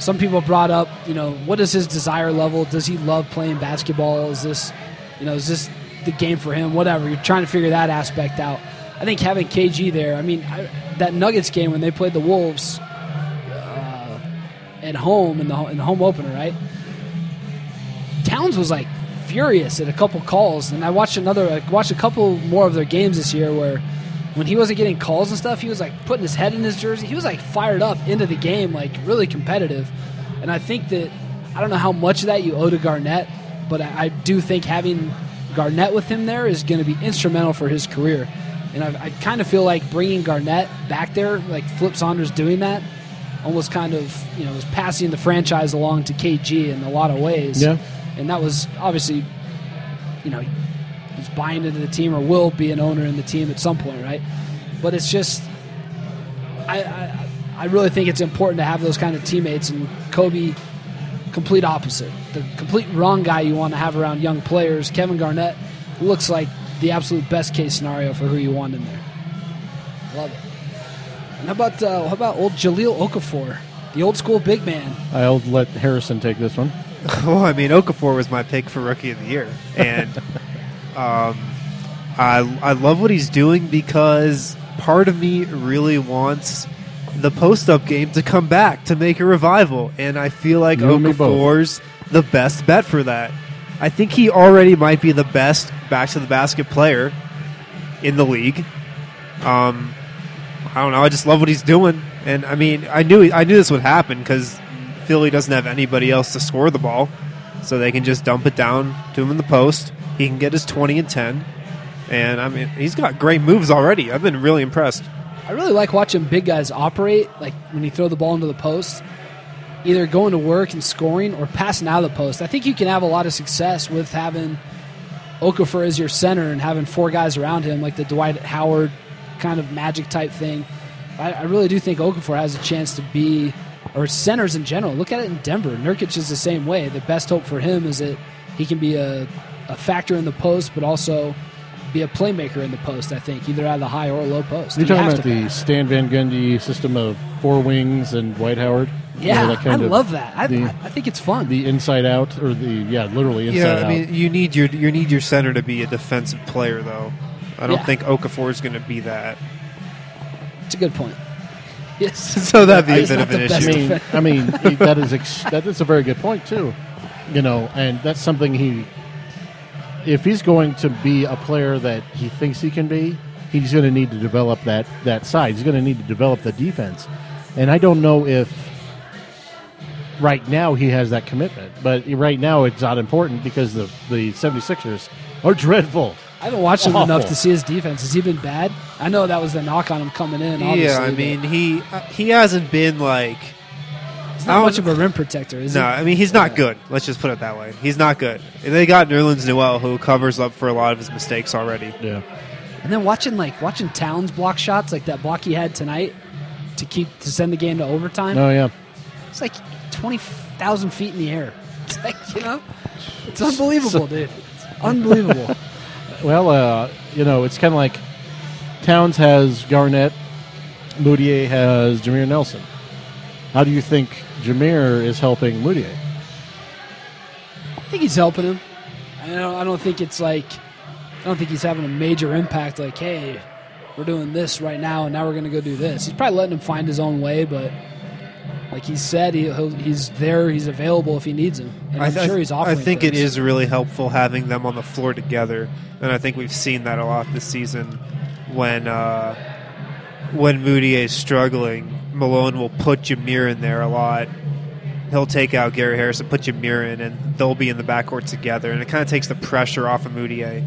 Speaker 2: some people brought up, you know, what is his desire level? Does he love playing basketball? Is this, you know, is this the game for him? Whatever. You're trying to figure that aspect out. I think having KG there. I mean, I, that Nuggets game when they played the Wolves uh, at home in the ho- in the home opener, right? Towns was like furious at a couple calls, and I watched another, I watched a couple more of their games this year where when he wasn't getting calls and stuff, he was like putting his head in his jersey. He was like fired up into the game, like really competitive. And I think that I don't know how much of that you owe to Garnett, but I, I do think having Garnett with him there is going to be instrumental for his career. And I, I kind of feel like bringing Garnett back there, like Flip Saunders doing that, almost kind of you know is passing the franchise along to KG in a lot of ways
Speaker 3: Yeah.
Speaker 2: and that was obviously, you know, he's buying into the team or will be an owner in the team at some point, right? But it's just, I, I, I really think it's important to have those kind of teammates, and Kobe, complete opposite, the complete wrong guy you want to have around young players. Kevin Garnett looks like the absolute best case scenario for who you want in there. Love it. And how about uh, how about old Jaleel Okafor, the old school big man?
Speaker 3: I'll let Harrison take this one.
Speaker 4: Well, I mean, Okafor was my pick for Rookie of the Year, and um, I I love what he's doing because part of me really wants the post up game to come back to make a revival, and I feel like
Speaker 3: You and me both.
Speaker 4: Okafor's the best bet for that. I think he already might be the best back to the basket player in the league. Um, I don't know. I just love what he's doing, and I mean, I knew I knew this would happen because Philly doesn't have anybody else to score the ball, so they can just dump it down to him in the post. He can get his twenty and ten, and I mean, he's got great moves already. I've been really impressed.
Speaker 2: I really like watching big guys operate, like when you throw the ball into the post, either going to work and scoring or passing out of the post. I think you can have a lot of success with having Okafor as your center and having four guys around him, like the Dwight Howard kind of magic type thing. I, I really do think Okafor has a chance to be, or centers in general. Look at it in Denver. Nurkic is the same way. The best hope for him is that he can be a, a factor in the post, but also be a playmaker in the post, I think, either out of the high or low post.
Speaker 3: You're
Speaker 2: You
Speaker 3: talking
Speaker 2: have
Speaker 3: about
Speaker 2: to
Speaker 3: the
Speaker 2: pass.
Speaker 3: Stan Van Gundy system of four wings and White Howard. You know,
Speaker 2: Yeah,
Speaker 3: that kind
Speaker 2: I
Speaker 3: of-
Speaker 2: love that. I,
Speaker 3: the-
Speaker 2: I, I think it's fun.
Speaker 3: The inside out, or the yeah, literally inside
Speaker 4: Yeah,
Speaker 3: out.
Speaker 4: I mean, you need your you need your center to be a defensive player, though. I don't
Speaker 2: Yeah.
Speaker 4: think Okafor is going to be that.
Speaker 2: it's a good point. Yes.
Speaker 4: So that'd be a
Speaker 2: He's
Speaker 4: bit
Speaker 2: not
Speaker 4: of an
Speaker 2: the best
Speaker 4: issue.
Speaker 3: I mean, I mean he- that is ex- that is a very good point too. You know, and that's something he, if he's going to be a player that he thinks he can be, he's going to need to develop that that side. He's going to need to develop the defense, and I don't know if right now he has that commitment. But right now it's not important because the the 76ers are dreadful.
Speaker 2: I haven't watched him enough
Speaker 3: Awful.
Speaker 2: to see his defense. Has he been bad? I know that was the knock on him coming in. Obviously,
Speaker 4: yeah, I
Speaker 2: but
Speaker 4: mean, he he hasn't been like.
Speaker 2: he's
Speaker 4: I
Speaker 2: not
Speaker 4: don't-
Speaker 2: much of a rim protector, is
Speaker 4: No,
Speaker 2: he?
Speaker 4: I mean he's not good. Let's just put it that way. He's not good. And they got Nerlens Noel, who covers up for a lot of his mistakes already.
Speaker 3: Yeah.
Speaker 2: And then watching like watching Towns block shots like that block he had tonight to keep to send the game to overtime.
Speaker 3: Oh yeah.
Speaker 2: It's like twenty thousand feet in the air. It's like you know, it's unbelievable, dude. It's unbelievable.
Speaker 3: Well, uh, you know, it's kind of like Towns has Garnett, Moutier has Jameer Nelson. How do you think Jameer is helping Moutier?
Speaker 2: I think he's helping him. I don't, I don't think it's like, I don't think he's having a major impact. Like, hey, we're doing this right now, and now we're going to go do this. He's probably letting him find his own way, but like he said, he, he'll, he's there, he's available if he needs him. And
Speaker 4: I
Speaker 2: I'm
Speaker 4: th-
Speaker 2: sure he's
Speaker 4: I
Speaker 2: offering.
Speaker 4: think it
Speaker 2: things.
Speaker 4: is really helpful having them on the floor together, and I think we've seen that a lot this season. When uh, when Moody is struggling, Malone will put Jameer in there a lot. He'll take out Gary Harris and put Jameer in, and they'll be in the backcourt together, and it kind of takes the pressure off of Moutier.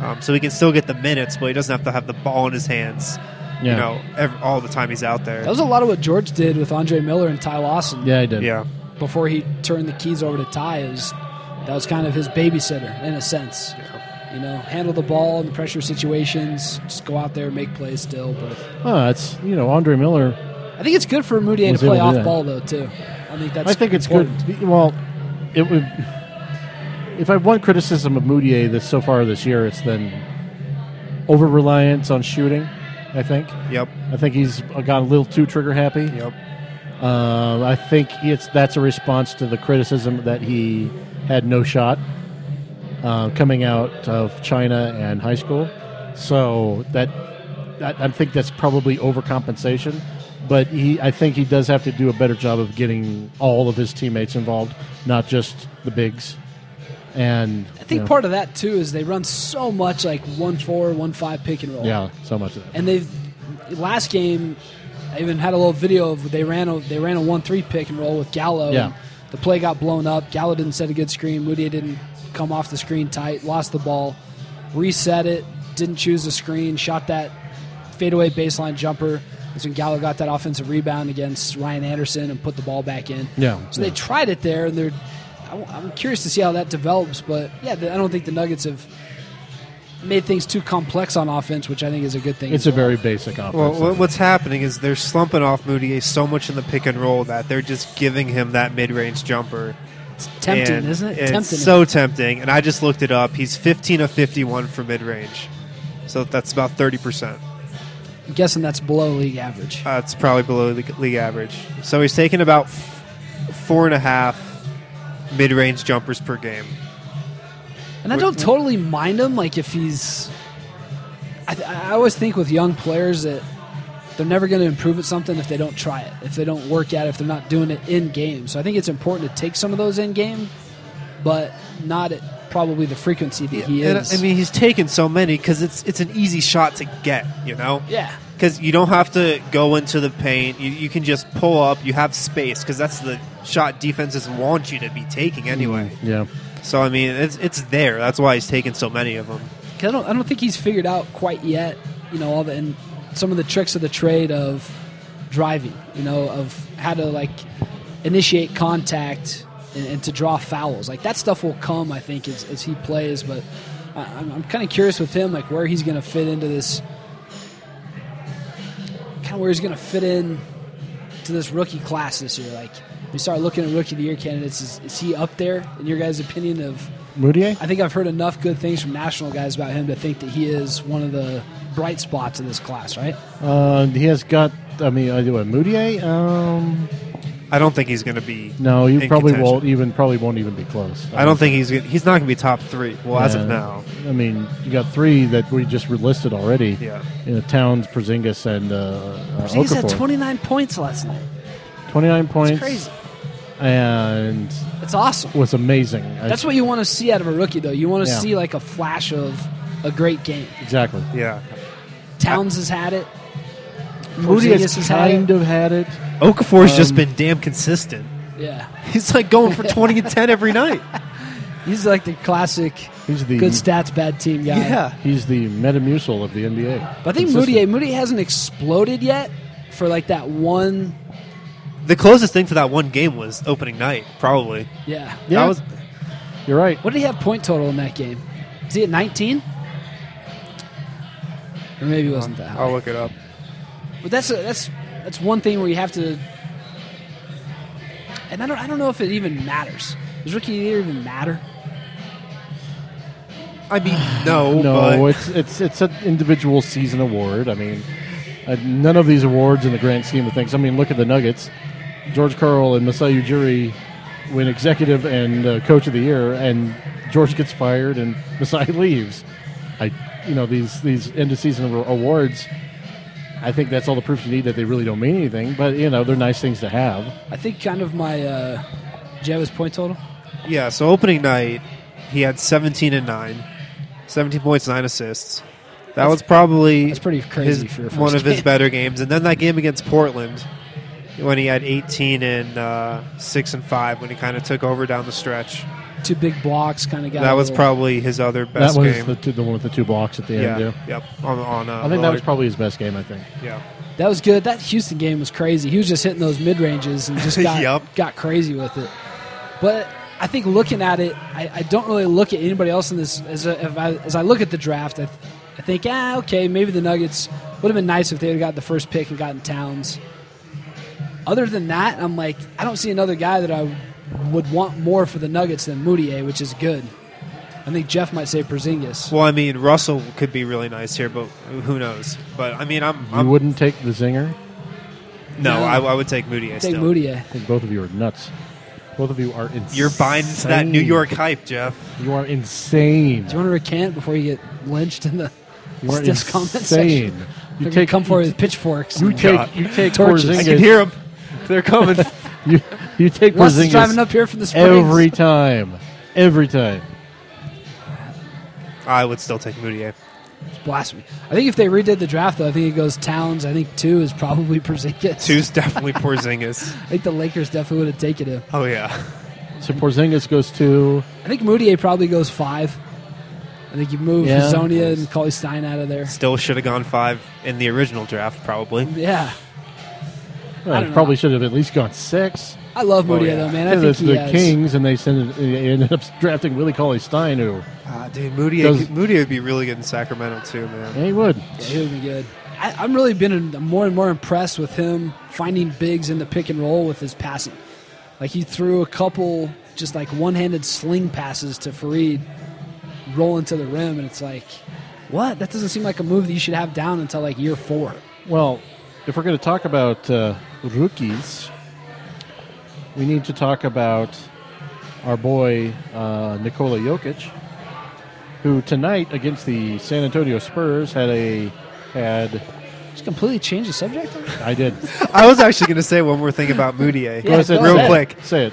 Speaker 4: Um, so he can still get the minutes, but he doesn't have to have the ball in his hands, you
Speaker 3: Yeah.
Speaker 4: know, ev all the time he's out there.
Speaker 2: That was a lot of what George did with Andre Miller and Ty Lawson
Speaker 3: Yeah, I did.
Speaker 4: yeah.
Speaker 2: before he turned the keys over to Ty. Is that was kind of his babysitter in a sense. You know, handle the ball in the pressure situations. Just go out there, make plays still, but.
Speaker 3: Oh, it's you know Andre Miller.
Speaker 2: I think it's good for Moutier to
Speaker 3: Was able
Speaker 2: play
Speaker 3: to do
Speaker 2: off
Speaker 3: that.
Speaker 2: ball though too. I think that's.
Speaker 3: I think it's
Speaker 2: important.
Speaker 3: good. Well, it would. If I have one criticism of Moutier this so far this year, it's then over reliance on shooting. I think.
Speaker 4: Yep.
Speaker 3: I think he's got a little too trigger happy.
Speaker 4: Yep.
Speaker 3: Um, I think it's that's a response to the criticism that he had no shot uh, coming out of China and high school. So that, that I think that's probably overcompensation. But he, I think he does have to do a better job of getting all of his teammates involved, not just the bigs. And
Speaker 2: I think
Speaker 3: you know,
Speaker 2: part of that too is they run so much like one four, one five pick and roll.
Speaker 3: yeah, so much of that.
Speaker 2: And they've last game, I even had a little video of they ran a they ran a one three pick and roll with Gallo.
Speaker 3: Yeah.
Speaker 2: and The play got blown up. Gallo didn't set a good screen. Moutier didn't come off the screen tight. Lost the ball. Reset it. Didn't choose the screen. Shot that fadeaway baseline jumper. That's when Gallo got that offensive rebound against Ryan Anderson and put the ball back in.
Speaker 3: Yeah,
Speaker 2: So
Speaker 3: yeah.
Speaker 2: they tried it there, and they're. I- I'm curious to see how that develops, but yeah, I don't think the Nuggets have made things too complex on offense, which I think is a good thing.
Speaker 3: It's
Speaker 2: as
Speaker 3: a
Speaker 2: well.
Speaker 3: very basic offense.
Speaker 4: Well, what- what's happening is they're slumping off Moutier so much in the pick and roll that they're just giving him that mid-range jumper.
Speaker 2: tempting,
Speaker 4: And
Speaker 2: isn't it?
Speaker 4: It's
Speaker 2: tempting.
Speaker 4: so tempting. And I just looked it up. He's 15 of 51 for mid-range. So that's about 30%.
Speaker 2: I'm guessing that's below league average.
Speaker 4: Uh, it's probably below the league average. So he's taking about f- four and a half mid-range jumpers per game.
Speaker 2: And I don't totally mind him. Like if he's, I I, th- I always think with young players that they're never going to improve at something if they don't try it, if they don't work at it, if they're not doing it in game. So I think it's important to take some of those in game, but not at probably the frequency that he
Speaker 4: And,
Speaker 2: is.
Speaker 4: I mean, he's taken so many because it's it's an easy shot to get, you know.
Speaker 2: yeah.
Speaker 4: Because you don't have to go into the paint. You, you can just pull up. You have space because that's the shot defenses want you to be taking anyway.
Speaker 3: Yeah.
Speaker 4: So I mean, it's it's there. That's why he's taken so many of them.
Speaker 2: 'Cause I don't, I don't think he's figured out quite yet, you know, all the and some of the tricks of the trade of driving, you know, of how to like initiate contact and, and to draw fouls. Like that stuff will come, I think, as, as he plays. But I, I'm, I'm kind of curious with him, like where he's going to fit into this, kind of where he's going to fit in to this rookie class this year. Like we start looking at rookie of the year candidates. Is, is he up there in your guys' opinion of?
Speaker 3: Moutier?
Speaker 2: I think I've heard enough good things from national guys about him to think that he is one of the bright spots in this class, right?
Speaker 3: Uh, he has got, I mean, I do a Moutier? Um,
Speaker 4: I don't think he's going to be.
Speaker 3: no, you
Speaker 4: in
Speaker 3: probably
Speaker 4: contention.
Speaker 3: won't even, probably won't even be close.
Speaker 4: I don't think he's gonna, he's not going to be top three. Well, as of now,
Speaker 3: I mean, you got three that we just listed already.
Speaker 4: Yeah.
Speaker 3: You know, Towns, Porzingis, and uh, uh,
Speaker 2: He's had
Speaker 3: Okafor.
Speaker 2: 29 points last night.
Speaker 3: 29 points.
Speaker 2: It's crazy.
Speaker 3: And
Speaker 2: It's awesome.
Speaker 3: was amazing. I-
Speaker 2: That's what you want to see out of a rookie, though. You want to
Speaker 3: Yeah.
Speaker 2: see like a flash of a great game.
Speaker 3: Exactly.
Speaker 4: yeah.
Speaker 2: Towns has had it.
Speaker 3: Moody
Speaker 2: Porzingis
Speaker 3: has
Speaker 2: has had
Speaker 3: kind
Speaker 2: it.
Speaker 3: of had it.
Speaker 4: Okafor's
Speaker 3: Um,
Speaker 4: just been damn consistent.
Speaker 2: Yeah,
Speaker 4: He's like going for twenty and ten every night.
Speaker 2: he's like the classic
Speaker 3: He's the
Speaker 2: good stats, bad team guy.
Speaker 4: Yeah.
Speaker 3: He's the Metamucil of the NBA.
Speaker 2: but I think
Speaker 3: Consistent.
Speaker 2: Moody Moody hasn't exploded yet for like that one.
Speaker 4: The closest thing to that one game was opening night, probably.
Speaker 2: Yeah,
Speaker 3: Yeah.
Speaker 4: That was
Speaker 3: You're right.
Speaker 2: What did he have point total in that game? Is he at 19? Or maybe it wasn't that high.
Speaker 4: I'll look it up.
Speaker 2: But that's a, that's that's one thing where you have to. And I don't I don't know if it even matters. Does rookie of the year even matter?
Speaker 4: I mean, no,
Speaker 3: No,
Speaker 4: but
Speaker 3: it's it's it's an individual season award. I mean, uh, none of these awards in the grand scheme of things. I mean, look at the Nuggets. George Karl and Masai Ujiri win executive and uh, coach of the year, and George gets fired and Masai leaves. I, you know, these these end of season awar- awards. I think that's all the proof you need that they really don't mean anything. But you know, they're nice things to have.
Speaker 2: I think kind of my uh, Java's point total.
Speaker 4: yeah. So opening night, he had seventeen and nine, 17 points, nine assists. That was probably
Speaker 2: that's pretty crazy
Speaker 4: his-
Speaker 2: for your first
Speaker 4: one of his
Speaker 2: game.
Speaker 4: better games. And then that game against Portland, when he had eighteen and uh, six and five, when he kind of took over down the stretch.
Speaker 2: Two big blocks, kind of got.
Speaker 4: that
Speaker 2: a
Speaker 4: was
Speaker 2: little-
Speaker 4: probably his other best
Speaker 3: that was
Speaker 4: game.
Speaker 3: the, two, the one with the two blocks at the
Speaker 4: yeah,
Speaker 3: end. Yeah.
Speaker 4: yep. On, on uh,
Speaker 3: I think that was
Speaker 4: Lillard.
Speaker 3: probably his best game. I think.
Speaker 4: yeah.
Speaker 2: that was good. That Houston game was crazy. He was just hitting those mid ranges and just got
Speaker 4: Yup.
Speaker 2: got crazy with it. But I think looking at it, I, I don't really look at anybody else in this. As, a, if I, as I look at the draft, I, th- I think, ah, okay, maybe the Nuggets would have been nice if they would have got the first pick and gotten Towns. Other than that, I'm like, I don't see another guy that I would want more for the Nuggets than Moutier, which is good. I think Jeff might say Porzingis.
Speaker 4: Well, I mean, Russell could be really nice here, but who knows? But I mean, I'm,
Speaker 3: You
Speaker 4: I'm
Speaker 3: wouldn't take the zinger.
Speaker 2: No.
Speaker 4: no, I, I would take Moody.
Speaker 2: Take
Speaker 4: still.
Speaker 2: Moutier.
Speaker 3: I think both of you are nuts. Both of you are insane.
Speaker 4: You're buying into that New York hype, Jeff.
Speaker 3: You are insane.
Speaker 2: Do you want to recant before you get lynched in the
Speaker 3: You are
Speaker 2: this comment
Speaker 3: insane.
Speaker 2: section? You
Speaker 3: You
Speaker 2: take,
Speaker 3: take-
Speaker 2: come forward with pitchforks.
Speaker 3: You
Speaker 2: and
Speaker 3: take you take
Speaker 2: Torches.
Speaker 4: I
Speaker 2: I
Speaker 4: can
Speaker 3: Porzingis.
Speaker 4: hear them. They're coming.
Speaker 3: You, you take
Speaker 2: Wes is
Speaker 3: Porzingis
Speaker 2: driving up here from the springs.
Speaker 3: every time. Every time.
Speaker 4: I would still take Moody.
Speaker 2: It's blasphemy. I think if they redid the draft, though, I think it goes Towns. I think two is probably Porzingis.
Speaker 4: Two's definitely Porzingis.
Speaker 2: I think the Lakers definitely would have taken him.
Speaker 4: Oh yeah,
Speaker 3: So Porzingis goes to
Speaker 2: I think Moutier probably goes five. I think you move
Speaker 3: Yeah.
Speaker 2: Zonia and Cauley Stein out of there.
Speaker 4: still should have gone five in the original draft, probably.
Speaker 2: Yeah.
Speaker 3: well,
Speaker 2: don't know.
Speaker 3: probably should have at least gone six.
Speaker 2: I love Moutier,
Speaker 4: yeah.
Speaker 2: though, man. I
Speaker 3: And
Speaker 2: think
Speaker 3: it's
Speaker 2: he
Speaker 3: the
Speaker 2: has.
Speaker 3: Kings, and they, send, it- they ended up drafting Willie Cauley Stein, who
Speaker 4: Ah, dude, Moody
Speaker 3: Does-
Speaker 4: Moody would be really good in Sacramento too, man.
Speaker 3: yeah, he would.
Speaker 2: Yeah, he would be good. I, I'm really been in- more and more impressed with him finding bigs in the pick and roll with his passing. Like he threw a couple just like one-handed sling passes to Farid, rolling to the rim, and it's like, what? That doesn't seem like a move that you should have down until like year four.
Speaker 3: Well, if we're going to talk about uh, rookies, we need to talk about our boy uh, Nikola Jokic, who tonight against the San Antonio Spurs had a had
Speaker 2: Just completely change the subject.
Speaker 3: I did.
Speaker 4: I was actually going to say one more thing about Moutier.
Speaker 2: Yeah,
Speaker 3: ahead,
Speaker 2: go
Speaker 4: real
Speaker 3: say it.
Speaker 4: quick.
Speaker 3: Say it.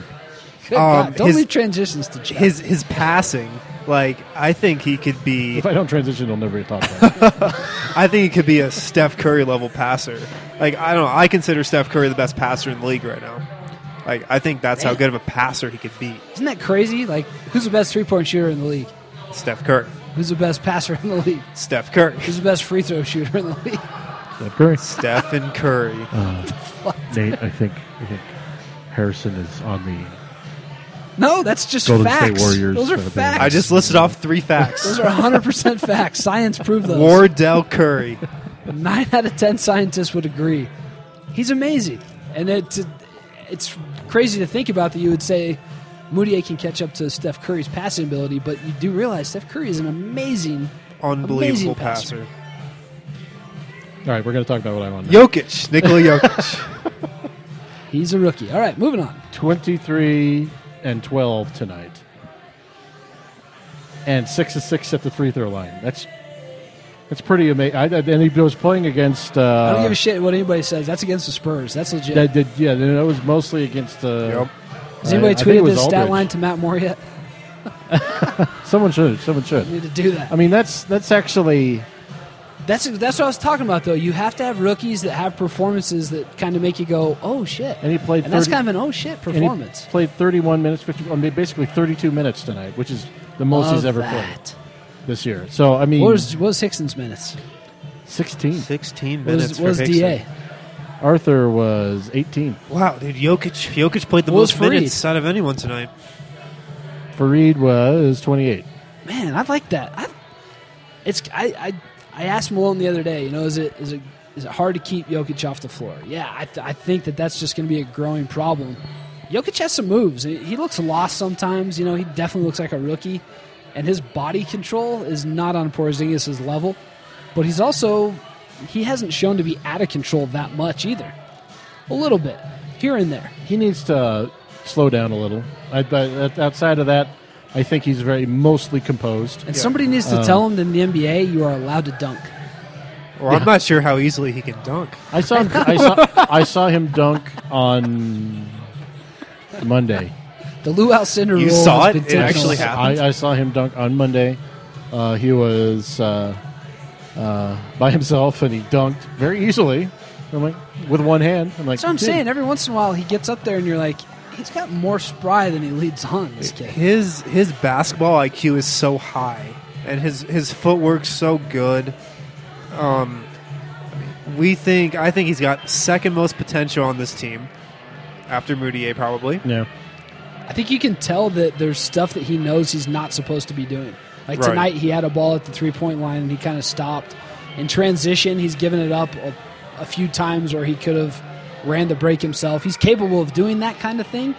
Speaker 2: Good God. Don't
Speaker 4: Um, his-
Speaker 2: leave transitions to Jeff.
Speaker 4: His his passing, like I think he could be,
Speaker 3: If I don't transition, I'll never talk about it.
Speaker 4: I think he could be a Steph Curry level passer. Like I don't know, I consider Steph Curry the best passer in the league right now. Like I think that's how good of a passer he could be,
Speaker 2: Isn't that crazy? Like, who's the best three point shooter in the league?
Speaker 4: Steph Curry.
Speaker 2: Who's the best passer in the league?
Speaker 4: Steph Curry.
Speaker 2: Who's the best free throw shooter in the league?
Speaker 3: Steph Curry.
Speaker 4: Stephen Curry.
Speaker 5: Nate, I think, I think Harrison is on the.
Speaker 2: No, that's just
Speaker 5: Golden State
Speaker 2: facts.
Speaker 5: Warriors
Speaker 2: Those are
Speaker 5: for the
Speaker 2: facts.
Speaker 5: Bears.
Speaker 4: I just listed off three facts.
Speaker 2: Those are 100% facts. Science proved those.
Speaker 4: Wardell Curry.
Speaker 2: Nine out of 10 scientists would agree. He's amazing. And it's, it's crazy to think about that you would say Moutier can catch up to Steph Curry's passing ability, but you do realize Steph Curry is an amazing,
Speaker 4: Unbelievable
Speaker 2: amazing passer.
Speaker 4: passer.
Speaker 3: All right, we're going to talk about what I want. now.
Speaker 4: Jokic. Nikola Jokic.
Speaker 2: He's a rookie. All right, moving on.
Speaker 3: 23 and 12 tonight. And 6 to 6 at the free throw line. That's that's pretty amazing. And he was playing against. Uh,
Speaker 2: I don't give a shit what anybody says. That's against the Spurs. That's legit.
Speaker 3: that did, yeah, that was mostly against. Uh,
Speaker 4: Yep.
Speaker 2: Has anybody
Speaker 3: I think it
Speaker 2: tweeted
Speaker 3: was
Speaker 2: this stat
Speaker 3: Aldridge.
Speaker 2: line to Matt Moore yet?
Speaker 3: Someone should. Someone
Speaker 2: I
Speaker 3: should.
Speaker 2: need to do that.
Speaker 3: I mean, that's that's actually.
Speaker 2: That's that's what I was talking about though. You have to have rookies that have performances that kind of make you go, "Oh shit!"
Speaker 3: And he played
Speaker 2: And that's
Speaker 3: 30
Speaker 2: kind of an "Oh shit"
Speaker 3: and he
Speaker 2: performance.
Speaker 3: played 31 minutes, 50, I mean, basically 32 minutes tonight, which is the most
Speaker 2: Love
Speaker 3: he's ever played
Speaker 2: that.
Speaker 3: this year. So, I mean,
Speaker 2: What was what was Hickson's minutes?
Speaker 3: 16.
Speaker 4: 16
Speaker 2: What
Speaker 4: minutes
Speaker 2: was, what was
Speaker 4: for
Speaker 2: Da?
Speaker 3: Arthur was 18.
Speaker 4: Wow, dude, Jokic. Jokic played the
Speaker 2: What was
Speaker 4: most
Speaker 2: Fareed?
Speaker 4: minutes out of anyone tonight.
Speaker 3: Farid was 28.
Speaker 2: Man, I like that. I, it's I, I I asked Malone the other day. You know, is it is it is it hard to keep Jokic off the floor? Yeah, I, th- I think that that's just going to be a growing problem. Jokic has some moves. He he looks lost sometimes. You know, he definitely looks like a rookie, and his body control is not on Porzingis' level. But he's also he hasn't shown to be out of control that much either. A little bit here and there.
Speaker 3: He needs to slow down a little. I, but o- outside of that, I think he's very mostly composed.
Speaker 2: And somebody needs to tell him that in the NBA you are allowed to dunk.
Speaker 4: Or I'm not sure how easily he can dunk.
Speaker 3: I saw him, I saw I saw him dunk on Monday.
Speaker 2: The Luau Cinder
Speaker 4: You
Speaker 2: rule
Speaker 4: saw
Speaker 2: has
Speaker 4: it?
Speaker 2: been
Speaker 4: It
Speaker 2: taken
Speaker 4: actually
Speaker 2: away.
Speaker 4: happened.
Speaker 3: I, I saw him dunk on Monday. Uh, he was uh, uh, by himself and he dunked very easily. I'm like with one hand. I'm like
Speaker 2: That's what I'm
Speaker 3: "Dude,
Speaker 2: saying. Every once in a while, he gets up there, and you're like, he's got more spry than he leads on. This kid.
Speaker 4: His his basketball IQ is so high, and his his footwork's so good. Um, we think I think he's got second most potential on this team, after Moutier probably.
Speaker 3: No.
Speaker 2: I think you can tell that there's stuff that he knows he's not supposed to be doing. Like
Speaker 4: Right.
Speaker 2: tonight, he had a ball at the three point line, and he kind of stopped. In transition, he's given it up a, a few times, or he could have ran the break himself. He's capable of doing that kind of thing,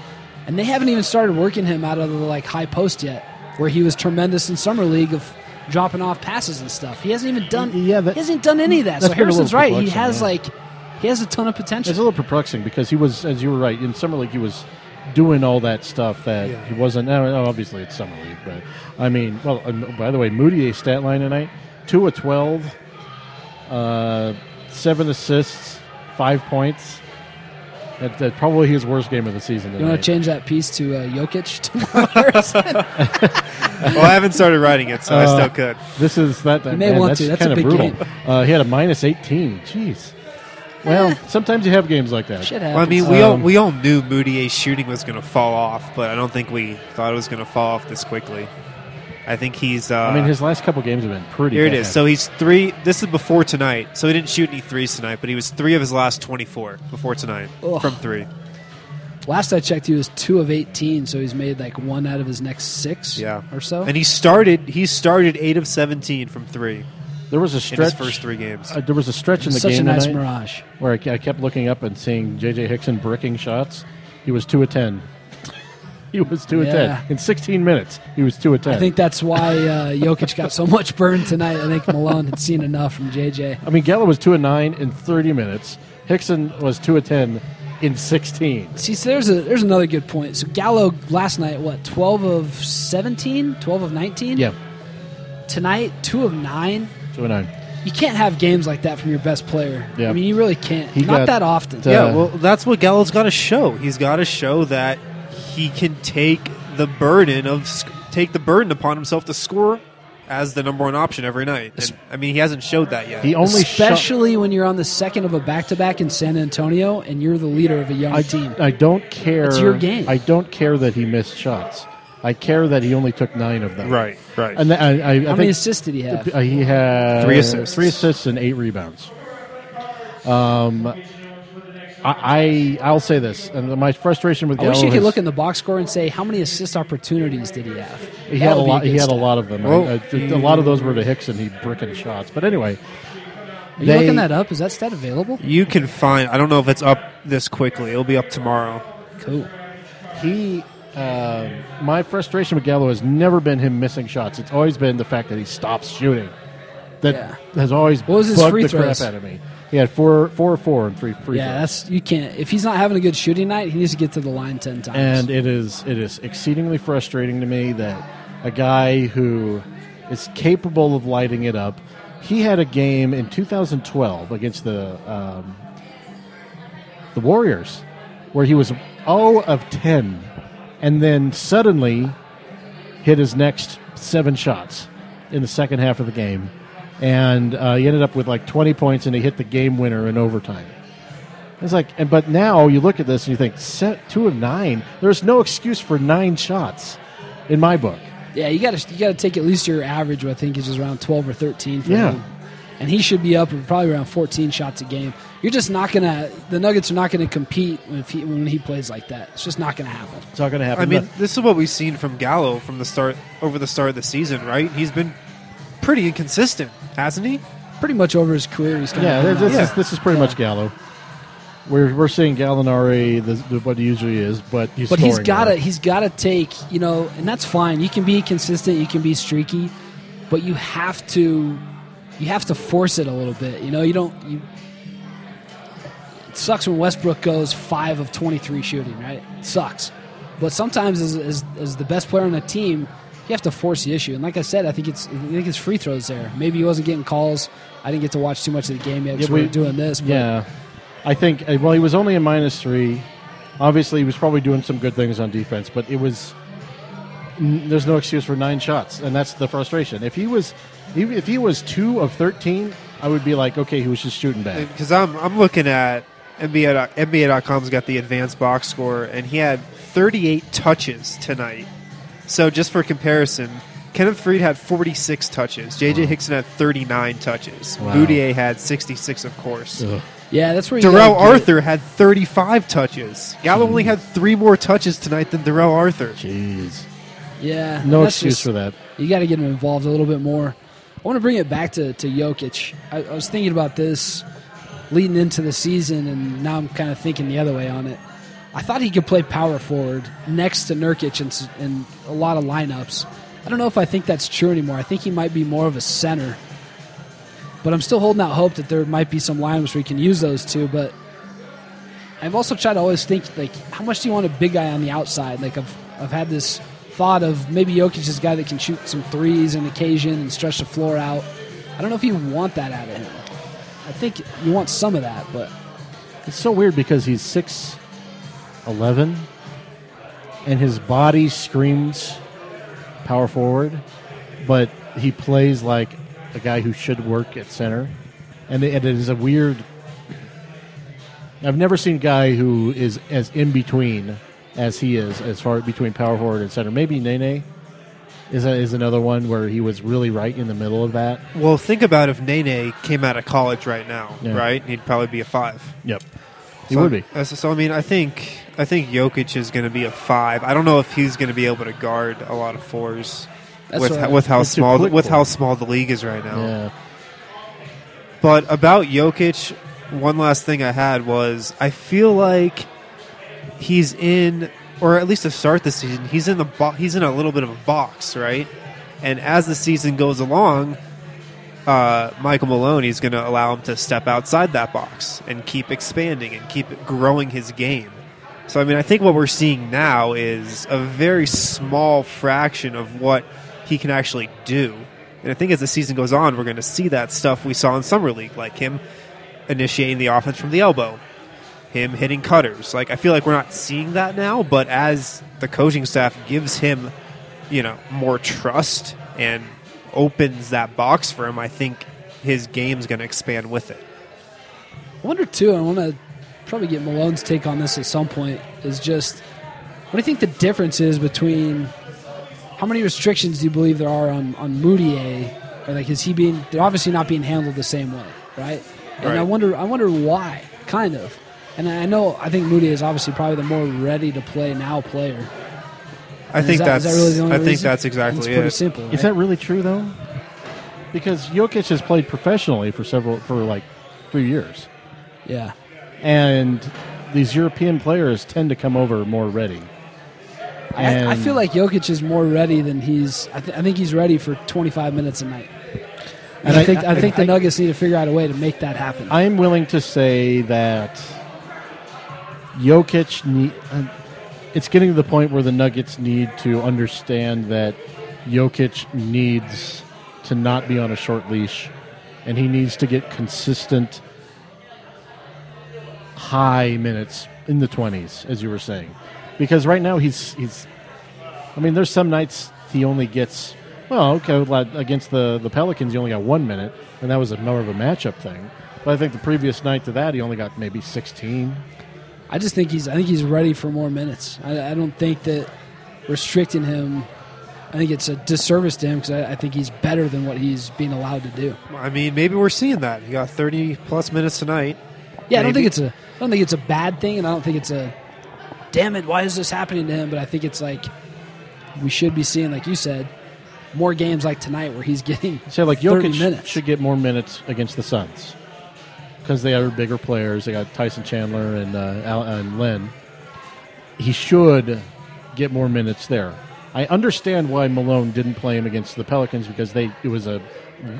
Speaker 2: and they haven't even started working him out of the like high post yet, where he was tremendous in summer league of dropping off passes and stuff. He hasn't even done.
Speaker 3: Yeah, that-
Speaker 2: he hasn't done any of that.
Speaker 3: that's
Speaker 2: So
Speaker 3: been a little
Speaker 2: Harrison's right. He
Speaker 3: perplexing,
Speaker 2: has
Speaker 3: yeah.
Speaker 2: like he has a ton of potential.
Speaker 3: It's a little perplexing because he was, as you were right, in summer league he was doing all that stuff that
Speaker 4: Yeah.
Speaker 3: he wasn't. Now, now, obviously, it's summer league, but I mean, well, um, by the way, Moutier's stat line tonight: two of twelve, uh, seven assists, five points. That, that probably his worst game of the season.
Speaker 2: You want
Speaker 3: Tonight.
Speaker 2: to change that piece to uh, Jokic tomorrow? Harrison?
Speaker 4: well, I haven't started writing it, so I
Speaker 3: Uh,
Speaker 4: still could.
Speaker 3: This is that. that
Speaker 2: may
Speaker 3: man,
Speaker 2: want
Speaker 3: that's
Speaker 2: to. That's a
Speaker 3: kind of
Speaker 2: big
Speaker 3: brutal.
Speaker 2: game.
Speaker 3: Uh, he had a minus eighteen. Jeez.
Speaker 2: Eh.
Speaker 3: Well, sometimes you have games like that.
Speaker 2: Shit happens.
Speaker 4: Well, I mean, we all
Speaker 3: Um,
Speaker 4: we all knew Moutier's shooting was going to fall off, but I don't think we thought it was going to fall off this quickly. I think he's. Uh,
Speaker 3: I mean, his last couple games have been pretty.
Speaker 4: Here it
Speaker 3: bad.
Speaker 4: is. So he's three. This is before tonight. So he didn't shoot any threes tonight, but he was three of his last 24 before tonight
Speaker 2: Ugh.
Speaker 4: from three.
Speaker 2: last I checked, he was two of eighteen, so he's made like one out of his next six,
Speaker 4: Yeah,
Speaker 2: or so.
Speaker 4: And he started. He started eight of 17 from three
Speaker 3: there was a
Speaker 4: in
Speaker 3: stretch
Speaker 4: his first three games.
Speaker 3: Uh, there was a stretch in the
Speaker 2: Such
Speaker 3: game
Speaker 2: a nice
Speaker 3: tonight
Speaker 2: mirage.
Speaker 3: where I, I kept looking up and seeing J.J. Hickson bricking shots. He was two of ten. he was two of
Speaker 2: Yeah.
Speaker 3: ten in 16 minutes. He was two of ten.
Speaker 2: I think that's why uh, Jokic got so much burn tonight. I think Malone had seen enough from JJ.
Speaker 3: I mean, Gallo was two of nine in 30 minutes. Hickson was two of ten in 16.
Speaker 2: See, so there's a there's another good point. So Gallo last night, what twelve of 17? 12 of nineteen?
Speaker 3: Yeah,
Speaker 2: tonight, two of nine.
Speaker 3: Two and nine.
Speaker 2: You can't have games like that from your best player.
Speaker 3: Yeah.
Speaker 2: I mean, you really can't.
Speaker 3: He
Speaker 2: Not
Speaker 3: got
Speaker 2: that often.
Speaker 3: the-
Speaker 4: yeah,
Speaker 3: Uh,
Speaker 4: well, that's what Gallo's got to show. He's got to show that he can take the burden of sc- take the burden upon himself to score as the number one option every night. And, I mean, he hasn't showed that yet.
Speaker 3: He only shot-
Speaker 2: Especially when you're on the second of a back-to-back in San Antonio and you're the leader of a young
Speaker 3: I,
Speaker 2: team.
Speaker 3: I don't care.
Speaker 2: It's your game.
Speaker 3: I don't care that he missed shots. I care that he only took nine of them.
Speaker 4: Right, right.
Speaker 3: And th- I, I, I
Speaker 2: How
Speaker 3: think
Speaker 2: many assists did he have?
Speaker 3: uh, he had
Speaker 4: Three assists.
Speaker 3: three assists and eight rebounds. Um, I, I I'll say this, and my frustration with
Speaker 2: I wish
Speaker 3: Gallo
Speaker 2: you could
Speaker 3: has-
Speaker 2: look in the box score and say how many assist opportunities did he have.
Speaker 3: He
Speaker 2: That
Speaker 3: had a
Speaker 2: would be
Speaker 3: lot. He
Speaker 2: good
Speaker 3: had a
Speaker 2: stat.
Speaker 3: lot of them. I-
Speaker 4: Well-
Speaker 3: I- th- a lot of those were to Hicks, and he bricking shots. But anyway,
Speaker 2: Are you
Speaker 3: They-
Speaker 2: looking that up? Is that stat available?
Speaker 4: you can find. I don't know if it's up this quickly. It'll be up tomorrow.
Speaker 2: Cool.
Speaker 3: he. Uh, my frustration with Gallo has never been him missing shots. It's always been the fact that he stops shooting. That
Speaker 2: Yeah.
Speaker 3: has always
Speaker 2: What was his
Speaker 3: bugged
Speaker 2: free
Speaker 3: the
Speaker 2: throws?
Speaker 3: crap out of me. He had four, four, four, and three free
Speaker 2: Yeah,
Speaker 3: throws.
Speaker 2: that's you can't. If he's not having a good shooting night, he needs to get to the line ten times.
Speaker 3: And it is it is exceedingly frustrating to me that a guy who is capable of lighting it up. He had a game in 2012 against the um, the Warriors where he was 0 of 10, and then suddenly hit his next seven shots in the second half of the game, and uh, he ended up with like 20 points, and he hit the game winner in overtime. It's like, and but now you look at this and you think set two of nine. There's no excuse for nine shots, in my book.
Speaker 2: yeah, you got to you got to take at least your average. I think is just around twelve or thirteen. For
Speaker 3: Yeah.
Speaker 2: him. and he should be up at probably around fourteen shots a game. You're just not gonna. The Nuggets are not gonna compete if he, when he plays like that. It's just not gonna happen.
Speaker 3: It's not going to happen.
Speaker 4: I mean, this is what we've seen from Gallo from the start over the start of the season. Right? He's been pretty inconsistent, hasn't he?
Speaker 2: Pretty much over his career, he's kind
Speaker 3: yeah,
Speaker 2: of
Speaker 3: this, this
Speaker 4: Yeah.
Speaker 3: is this is pretty much Gallo. We're we're seeing Gallinari the, the, what he usually is, but he's
Speaker 2: But he's
Speaker 3: scoring
Speaker 2: got to
Speaker 3: more.
Speaker 2: he's got to take you know, and that's fine. You can be consistent, you can be streaky, but you have to you have to force it a little bit. You know, you don't you. It sucks when Westbrook goes five of twenty three shooting, right? It sucks, but sometimes as, as as the best player on a team, you have to force the issue. And like I said, I think it's I think it's free throws there. Maybe he wasn't getting calls. I didn't get to watch too much of the game yet. 'cause
Speaker 3: Yeah,
Speaker 2: we
Speaker 3: we-
Speaker 2: were doing this. But
Speaker 3: Yeah, I think. uh, Well, he was only a minus three. Obviously, he was probably doing some good things on defense, but it was. n- There's no excuse for nine shots, and that's the frustration. If he was, if if he was two of thirteen, I would be like, okay, he was just shooting bad.
Speaker 4: Because I'm I'm looking at NBA NBA.com's got the advanced box score, and he had 38 touches tonight. So just for comparison, Kenneth Freed had 46 touches. JJ Hickson had 39 touches.
Speaker 3: Wow.
Speaker 4: Boudier had 66, of course.
Speaker 3: Ugh.
Speaker 2: yeah, that's where you
Speaker 4: Darrell
Speaker 2: gotta get-
Speaker 4: Arthur had 35 touches. Gallo only had three more touches tonight than Darrell Arthur.
Speaker 3: Jeez.
Speaker 2: Yeah,
Speaker 3: No
Speaker 2: that's
Speaker 3: excuse
Speaker 2: just-
Speaker 3: for that.
Speaker 2: You got to get him involved a little bit more. I want to bring it back to, to Jokic. I, I was thinking about this leading into the season, and now I'm kind of thinking the other way on it. I thought he could play power forward next to Nurkic in, s- in a lot of lineups. I don't know if I think that's true anymore. I think he might be more of a center. But I'm still holding out hope that there might be some lineups where he can use those two. But I've also tried to always think like, how much do you want a big guy on the outside? Like I've I've had this thought of maybe Jokic is a guy that can shoot some threes on occasion and stretch the floor out. I don't know if you want that out of him. I think you want some of that, but
Speaker 3: It's so weird because he's six eleven, and his body screams power forward, but he plays like a guy who should work at center, and it- and it is a weird. I've never seen a guy who is as in between as he is as far between power forward and center. Maybe Nene is a, is another one where he was really right in the middle of that.
Speaker 4: Well, think about if Nene came out of college right now,
Speaker 3: Yeah.
Speaker 4: right? He'd probably be a five.
Speaker 3: Yep, he
Speaker 4: so,
Speaker 3: would be.
Speaker 4: uh, So, so, I mean, I think I think Jokic is going to be a five. I don't know if he's going to be able to guard a lot of fours
Speaker 2: That's
Speaker 4: with
Speaker 2: what
Speaker 4: ho-
Speaker 2: I-
Speaker 4: with how
Speaker 3: that's your
Speaker 4: small
Speaker 3: quick
Speaker 4: with how
Speaker 3: one.
Speaker 4: small the league is right now.
Speaker 3: Yeah.
Speaker 4: But about Jokic, one last thing I had was I feel like he's in, or at least to start the season, he's in the bo- he's in a little bit of a box, right? And as the season goes along, uh, Michael Malone is going to allow him to step outside that box and keep expanding and keep growing his game. So I mean, I think what we're seeing now is a very small fraction of what he can actually do And I think as the season goes on, we're going to see that stuff we saw in summer league, like him initiating the offense from the elbow, him hitting cutters. Like I feel like we're not seeing that now, but as the coaching staff gives him, you know, more trust and opens that box for him, I think his game's going to expand with it.
Speaker 2: I wonder too. I want to probably get Malone's take on this at some point. Is just what do you think the difference is between how many restrictions do you believe there are on on Moutier? Or like is he being? They're obviously not being handled the same way, right? And I
Speaker 4: Right.
Speaker 2: wonder. I wonder why. Kind of. And I know. I think Moutier is obviously probably the more ready to play now player.
Speaker 4: I
Speaker 2: Is
Speaker 4: think
Speaker 2: that- is
Speaker 4: that's
Speaker 2: that really the only
Speaker 4: I think
Speaker 2: reason?
Speaker 4: that's exactly
Speaker 2: It's
Speaker 4: it.
Speaker 2: pretty simple.
Speaker 3: Is
Speaker 2: right?
Speaker 3: that really true though? Because Jokic has played professionally for several for like three years,
Speaker 2: yeah?
Speaker 3: and these European players tend to come over more ready. And
Speaker 2: I, I feel like Jokic is more ready than he's. I, th- I think he's ready for 25 minutes a night. And
Speaker 3: And
Speaker 2: I
Speaker 3: I-
Speaker 2: think I, think the
Speaker 3: I-
Speaker 2: Nuggets need to figure out a way to make that happen.
Speaker 3: I'm willing to say that Jokic need. uh, It's getting to the point where the Nuggets need to understand that Jokic needs to not be on a short leash, and he needs to get consistent high minutes in the 20s, as you were saying, because right now he's he's. I mean, there's some nights he only gets. Well, okay, like, against the, the Pelicans, he only got one minute, and that was a more of a matchup thing. But I think the previous night to that, he only got maybe 16.
Speaker 2: I just think he's. I think he's ready for more minutes. I, I don't think that restricting him. I think it's a disservice to him because I, I think he's better than what he's being allowed to do.
Speaker 4: I mean, maybe we're seeing that. He got 30 plus minutes tonight.
Speaker 2: Yeah, I don't
Speaker 4: Maybe.
Speaker 2: think it's a. I don't think it's a bad thing, and I don't think it's a. Damn it! Why is this happening to him? But I think it's like we should be seeing, like you said, more games like tonight where he's getting
Speaker 3: So, like,
Speaker 2: 30
Speaker 3: Jokic
Speaker 2: minutes.
Speaker 3: should get more minutes against the Suns because they are bigger players. They got Tyson Chandler and, uh, Al- and Lynn. He should get more minutes there. I understand why Malone didn't play him against the Pelicans because they it was a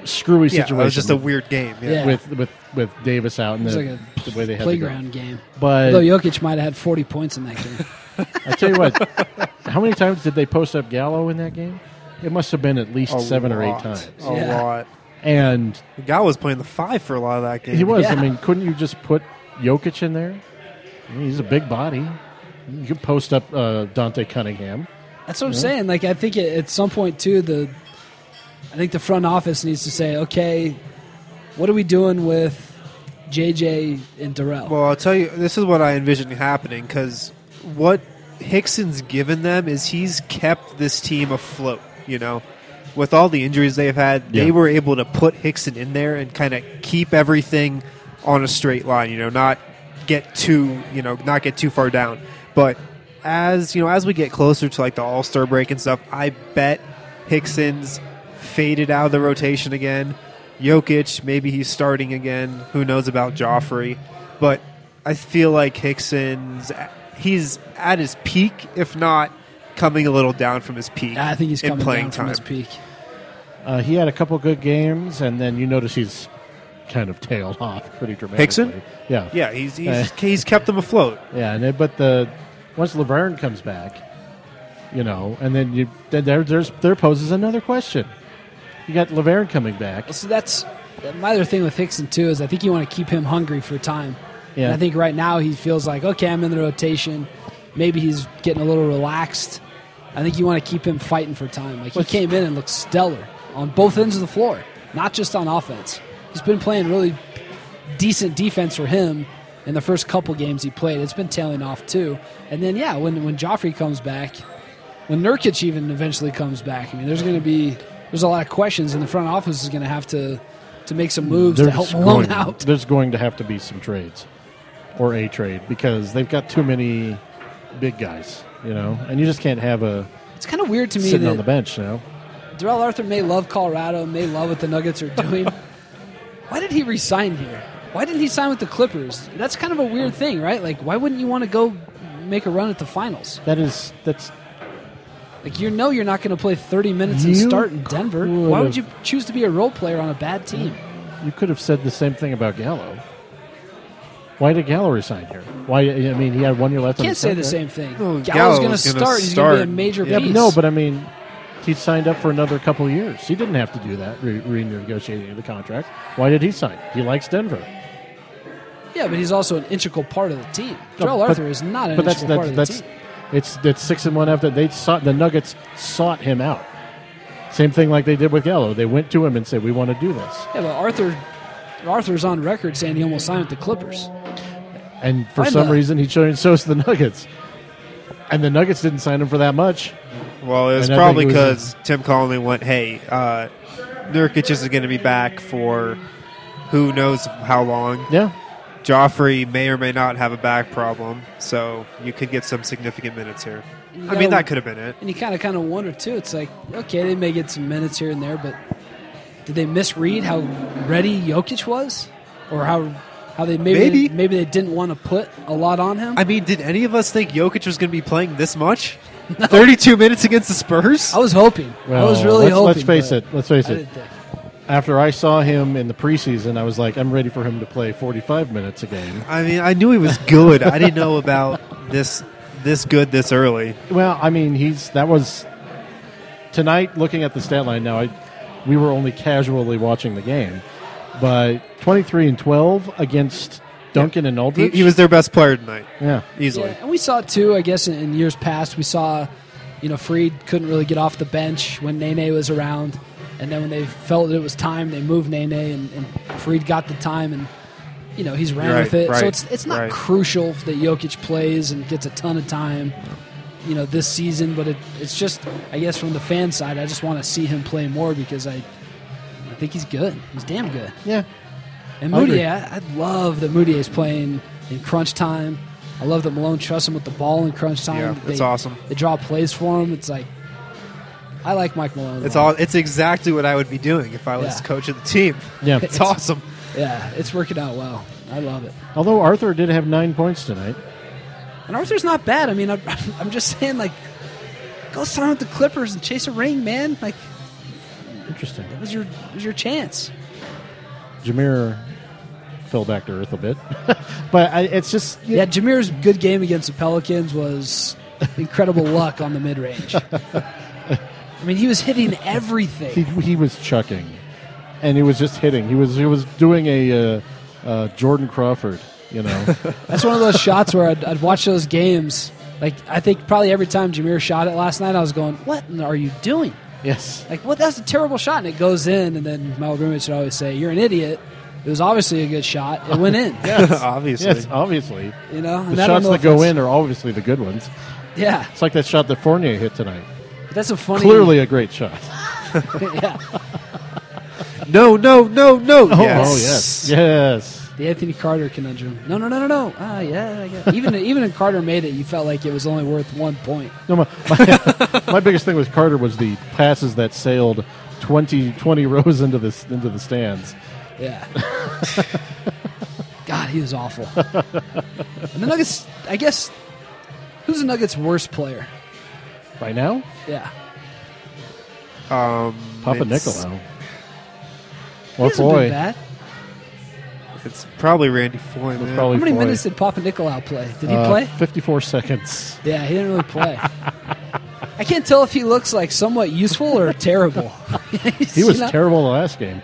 Speaker 3: screwy
Speaker 4: Yeah,
Speaker 3: situation.
Speaker 4: it was just a weird game. Yeah.
Speaker 2: Yeah.
Speaker 3: with with with Davis out and
Speaker 2: It's
Speaker 3: the,
Speaker 2: like a
Speaker 3: the way they had
Speaker 2: playground
Speaker 3: To
Speaker 2: game.
Speaker 3: go. But
Speaker 2: Although Jokic might have had 40 points in that game.
Speaker 3: I tell you what, how many times did they post up Gallo in that game? It must have been at least
Speaker 4: A
Speaker 3: seven or eight
Speaker 4: lot.
Speaker 3: times.
Speaker 4: A
Speaker 2: Yeah.
Speaker 4: lot.
Speaker 3: And
Speaker 4: The guy was playing the five for a lot of that game.
Speaker 3: he was. I
Speaker 2: Yeah.
Speaker 3: mean, couldn't you just put Jokic in there? I mean, he's a big body. You could post up uh, Dante Cunningham.
Speaker 2: That's what I'm saying. Like I think at, at some point too, the I think the front office needs to say, okay, what are we doing with JJ and Darrell?
Speaker 4: Well, I'll tell you, this is what I envision happening because what Hickson's given them is he's kept this team afloat. You know, with all the injuries they've had,
Speaker 3: Yeah.
Speaker 4: they were able to put Hickson in there and kind of keep everything on a straight line. You know, not get too you know not get too far down. But as you know, as we get closer to like the All Star break and stuff, I bet Hickson's faded out of the rotation again. Jokic, maybe he's starting again. Who knows about Joffrey? But I feel like Hickson's he's at his peak, if not coming a little down from his peak.
Speaker 2: I think he's
Speaker 4: in
Speaker 2: coming
Speaker 4: playing
Speaker 2: down
Speaker 4: time.
Speaker 2: from his peak.
Speaker 3: Uh, he had a couple good games, and then you notice he's kind of tailed off pretty dramatically.
Speaker 4: Hickson?
Speaker 3: Yeah.
Speaker 4: Yeah, he's he's,
Speaker 3: Uh.
Speaker 4: he's kept them afloat.
Speaker 3: Yeah, and then, but the once Laverne comes back, you know, and then you then there there's there poses another question. You got Laverne coming back.
Speaker 2: Well, so that's my other thing with Hickson too is I think you want to keep him hungry for time.
Speaker 3: Yeah.
Speaker 2: And I think right now he feels like okay, I'm in the rotation. Maybe he's getting a little relaxed. I think you want to keep him fighting for time. Like he
Speaker 3: What's-
Speaker 2: came in and looked stellar on both ends of the floor, not just on offense. He's been playing really decent defense for him in the first couple games he played. It's been tailing off too. And then yeah, when when Joffrey comes back, when Nurkic even eventually comes back, I mean, there's going to be there's a lot of questions, and the front office is going to have to to make some moves to help Malone
Speaker 3: going,
Speaker 2: out.
Speaker 3: there's going to have to be some trades or a trade because they've got too many big guys, you know, and you just can't have a
Speaker 2: It's kind of weird to me
Speaker 3: sitting on the
Speaker 2: that
Speaker 3: bench you know.
Speaker 2: Darrell Arthur may love Colorado, may love what the Nuggets are doing. why did he resign here? Why didn't he sign with the Clippers? That's kind of a weird thing, right? Like, why wouldn't you want to go make a run at the finals?
Speaker 3: That is that's
Speaker 2: Like, you know, you're not going to play 30 minutes and
Speaker 3: You
Speaker 2: start in Denver. Why would
Speaker 3: could've- Mm.
Speaker 2: you choose to be a role player on a bad team?
Speaker 3: you could have said the same thing about Gallo. Why did Gallo resign here? Why I mean he had one year left on
Speaker 2: Can't
Speaker 3: his
Speaker 2: say the
Speaker 3: contract.
Speaker 2: same thing.
Speaker 4: Well,
Speaker 2: Gallo's going
Speaker 4: Gallo's
Speaker 2: to
Speaker 4: gonna
Speaker 2: start. He's going to
Speaker 4: start.
Speaker 2: be a major
Speaker 3: Yeah, but
Speaker 2: piece.
Speaker 3: no, but I mean, He signed up for another couple of years. He didn't have to do that re- renegotiating the contract. Why did he sign? He likes Denver.
Speaker 2: Yeah, but he's also an integral part of the team. Terrell
Speaker 3: but-
Speaker 2: Arthur is not an
Speaker 3: But that's
Speaker 2: integral part
Speaker 3: that's
Speaker 2: of the
Speaker 3: that's
Speaker 2: team.
Speaker 3: it's that's six and one after they sought the Nuggets sought him out. Same thing like they did with Gallo. They went to him and said, "We want to do this."
Speaker 2: Yeah, but Arthur Arthur's on record saying he almost signed with the Clippers.
Speaker 3: And for
Speaker 2: I'm
Speaker 3: some
Speaker 2: not-
Speaker 3: reason, he chose. So is the Nuggets, and the Nuggets didn't sign him for that much.
Speaker 4: Well, it was
Speaker 3: And I think
Speaker 4: probably
Speaker 3: it
Speaker 4: because
Speaker 3: was-
Speaker 4: Tim Conley went, "Hey, uh, Nurkic isn't going to be back for who knows how long.
Speaker 3: Yeah,
Speaker 4: Joffrey may or may not have a back problem, so you could get some significant minutes here. I
Speaker 2: Yeah.
Speaker 4: mean, that could have been it.
Speaker 2: And you kind of kind of wonder too. It's like okay, they may get some minutes here and there, but did they misread how ready Jokic was, or how how they maybe
Speaker 4: Maybe.
Speaker 2: maybe, they didn't want to put a lot on him?
Speaker 4: I mean, did any of us think Jokic was going to be playing this much? 32 minutes against the Spurs?
Speaker 2: I was hoping.
Speaker 3: Well,
Speaker 2: I was really
Speaker 3: let's,
Speaker 2: hoping.
Speaker 3: Let's face
Speaker 2: but
Speaker 3: it. Let's face
Speaker 2: I
Speaker 3: it.
Speaker 2: didn't think.
Speaker 3: After I saw him in the preseason, I was like, I'm ready for him to play 45 minutes a game.
Speaker 4: I mean, I knew he was good. I didn't know about this this good this early.
Speaker 3: Well, I mean, he's that was tonight. Looking at the stat line now, I, we were only casually watching the game, but 23 and 12 against Duncan and
Speaker 4: He,
Speaker 3: Aldridge.
Speaker 4: he was their best player tonight,
Speaker 3: yeah.
Speaker 4: easily.
Speaker 2: Yeah, and we saw it too. I guess in, in years past, we saw, you know, Freed couldn't really get off the bench when Nene was around, and then when they felt that it was time, they moved Nene, and, and Freed got the time, and you know he's ran
Speaker 4: Right,
Speaker 2: with it.
Speaker 4: right,
Speaker 2: so it's it's not
Speaker 4: right.
Speaker 2: crucial that Jokic plays and gets a ton of time, you know, this season. But it, it's just, I guess, from the fan side, I just want to see him play more because I. I think he's good. He's damn good.
Speaker 3: Yeah.
Speaker 2: And
Speaker 3: I agree.
Speaker 2: Moody, I, I love that Moody is playing in crunch time. I love that Malone trusts him with the ball in crunch time.
Speaker 4: Yeah,
Speaker 2: That
Speaker 4: it's
Speaker 2: they-
Speaker 4: awesome.
Speaker 2: They draw plays for him. It's like I like Mike Malone. a
Speaker 4: It's all.
Speaker 2: lot.
Speaker 4: It's exactly what I would be doing if I was
Speaker 2: Yeah.
Speaker 4: coaching the team.
Speaker 3: Yeah.
Speaker 4: it's awesome.
Speaker 2: Yeah, it's working out well. I love it.
Speaker 3: Although Arthur did have nine points tonight.
Speaker 2: And Arthur's not bad. I mean, I'm, I'm just saying, like, go sign with the Clippers and chase a ring, man. Like,
Speaker 3: Interesting.
Speaker 2: it was your it was your chance.
Speaker 3: Jameer fell back to earth a bit, but I, it's just
Speaker 2: Yeah, Jameer's good game against the Pelicans was incredible luck on the mid range. I mean, he was hitting everything.
Speaker 3: he, he was chucking, and he was just hitting. He was he was doing a uh, uh, Jordan Crawford, you know.
Speaker 2: That's one of those shots where I'd, I'd watch those games. Like I think probably every time Jameer shot it last night, I was going, "What in- are you doing?
Speaker 3: yes,
Speaker 2: Like, what? That's a terrible shot." And it goes in, and then my old roommates would always say, "You're an idiot." It was obviously a good shot. It went in.
Speaker 4: Obviously,
Speaker 3: yes, Uh, obviously.
Speaker 2: You know, and
Speaker 3: The
Speaker 2: I don't
Speaker 3: shots
Speaker 2: know
Speaker 3: that
Speaker 2: if
Speaker 3: go
Speaker 2: that's-
Speaker 3: in are obviously the good ones.
Speaker 2: Yeah,
Speaker 3: It's like that shot that Fournier hit tonight.
Speaker 2: that's a funny.
Speaker 3: Clearly a great shot.
Speaker 2: yeah.
Speaker 4: No, no, no, no.
Speaker 3: Oh,
Speaker 4: yes.
Speaker 3: Oh yes, yes.
Speaker 2: The Anthony Carter conundrum. No, no, no, no, no. Ah, yeah. I guess. Even even if Carter made it, you felt like it was only worth one point.
Speaker 3: No, my, my, my biggest thing with Carter was the passes that sailed 20, 20 rows into the into the stands.
Speaker 2: Yeah. God, he was awful. And the Nuggets, I guess, who's the Nuggets' worst player?
Speaker 3: Right now,
Speaker 2: Yeah.
Speaker 4: Um,
Speaker 3: Papa
Speaker 4: it's-
Speaker 3: Nicolau.
Speaker 2: He
Speaker 3: Well,
Speaker 2: hasn't been
Speaker 3: boy,
Speaker 2: bad.
Speaker 4: It's probably Randy Foy. Man.
Speaker 3: probably
Speaker 2: How many
Speaker 3: Foy.
Speaker 2: minutes did Papa Nicolau play? Did he
Speaker 3: Uh,
Speaker 2: play?
Speaker 3: Fifty-four seconds.
Speaker 2: Yeah, he didn't really play. I can't tell if he looks like somewhat useful or terrible.
Speaker 3: He was terrible in the last game,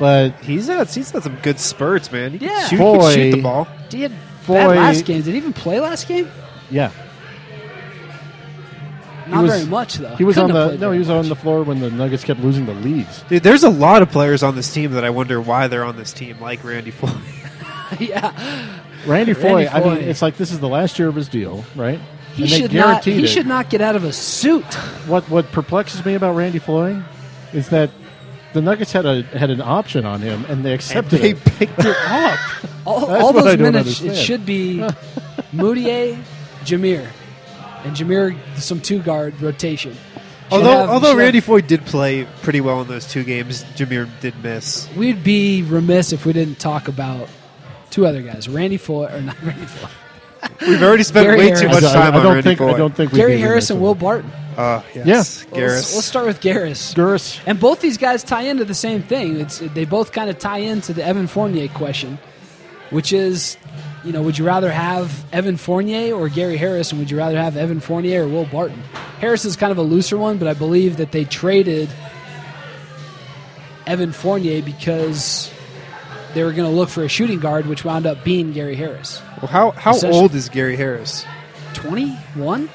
Speaker 3: but
Speaker 4: He's had he's had some good spurts, man. He can
Speaker 2: Yeah.
Speaker 4: shoot, he can
Speaker 3: Foy.
Speaker 4: shoot the ball.
Speaker 2: He had bad
Speaker 3: Foy-
Speaker 2: last game. Did he even play last game?
Speaker 3: yeah,
Speaker 2: Not
Speaker 3: was-
Speaker 2: very much though.
Speaker 3: he was
Speaker 2: Couldn't have
Speaker 3: on the
Speaker 2: played
Speaker 3: no,
Speaker 2: very
Speaker 3: he was
Speaker 2: much.
Speaker 3: on the floor when the Nuggets kept losing the leads.
Speaker 4: Dude, there's a lot of players on this team that I wonder why they're on this team, like Randy Foy.
Speaker 2: yeah,
Speaker 3: Randy Foy,
Speaker 2: Randy
Speaker 3: I mean,
Speaker 2: Foy.
Speaker 3: it's like this is the last year of his deal, right?
Speaker 2: he
Speaker 3: and
Speaker 2: should
Speaker 3: they
Speaker 2: not.
Speaker 3: guaranteed
Speaker 2: He
Speaker 3: it.
Speaker 2: should not get out of a suit.
Speaker 3: What what perplexes me about Randy Floyd is that the Nuggets had a had an option on him and they accepted
Speaker 4: they
Speaker 3: it. picked it up.
Speaker 2: All,
Speaker 3: That's
Speaker 2: all
Speaker 3: what
Speaker 2: those
Speaker 3: I don't
Speaker 2: minutes, it
Speaker 3: understand.
Speaker 2: should be Moutier, Jameer, and Jameer some two guard rotation. Should
Speaker 4: although
Speaker 2: have- should
Speaker 4: although
Speaker 2: have-
Speaker 4: Randy Foy did play pretty well in those two games, Jameer did miss.
Speaker 2: we'd be remiss if we didn't talk about two other guys, Randy Foy or not Randy Foy,
Speaker 4: We've already spent
Speaker 2: Gary
Speaker 4: way
Speaker 2: Harris.
Speaker 4: too
Speaker 3: I,
Speaker 4: much
Speaker 3: I-
Speaker 4: time
Speaker 3: I
Speaker 4: on
Speaker 3: don't
Speaker 4: Randy
Speaker 3: think
Speaker 4: Foy.
Speaker 3: I don't think we
Speaker 2: Gary
Speaker 3: can do
Speaker 2: Harris
Speaker 3: that.
Speaker 2: and Will Barton.
Speaker 4: Uh,
Speaker 3: Yes.
Speaker 4: yes,
Speaker 2: Well, Let's,
Speaker 4: Garris.
Speaker 2: let's start with Garris.
Speaker 3: Garris.
Speaker 2: And both these guys tie into the same thing. It's they both kind of tie into the Evan Fournier question, which is, you know, would you rather have Evan Fournier or Gary Harris, and would you rather have Evan Fournier or Will Barton? Harris is kind of a looser one, but I believe that they traded Evan Fournier because they were going to look for a shooting guard, which wound up being Gary Harris.
Speaker 4: Well, how how
Speaker 2: Essentially-
Speaker 4: old is Gary Harris?
Speaker 2: 21?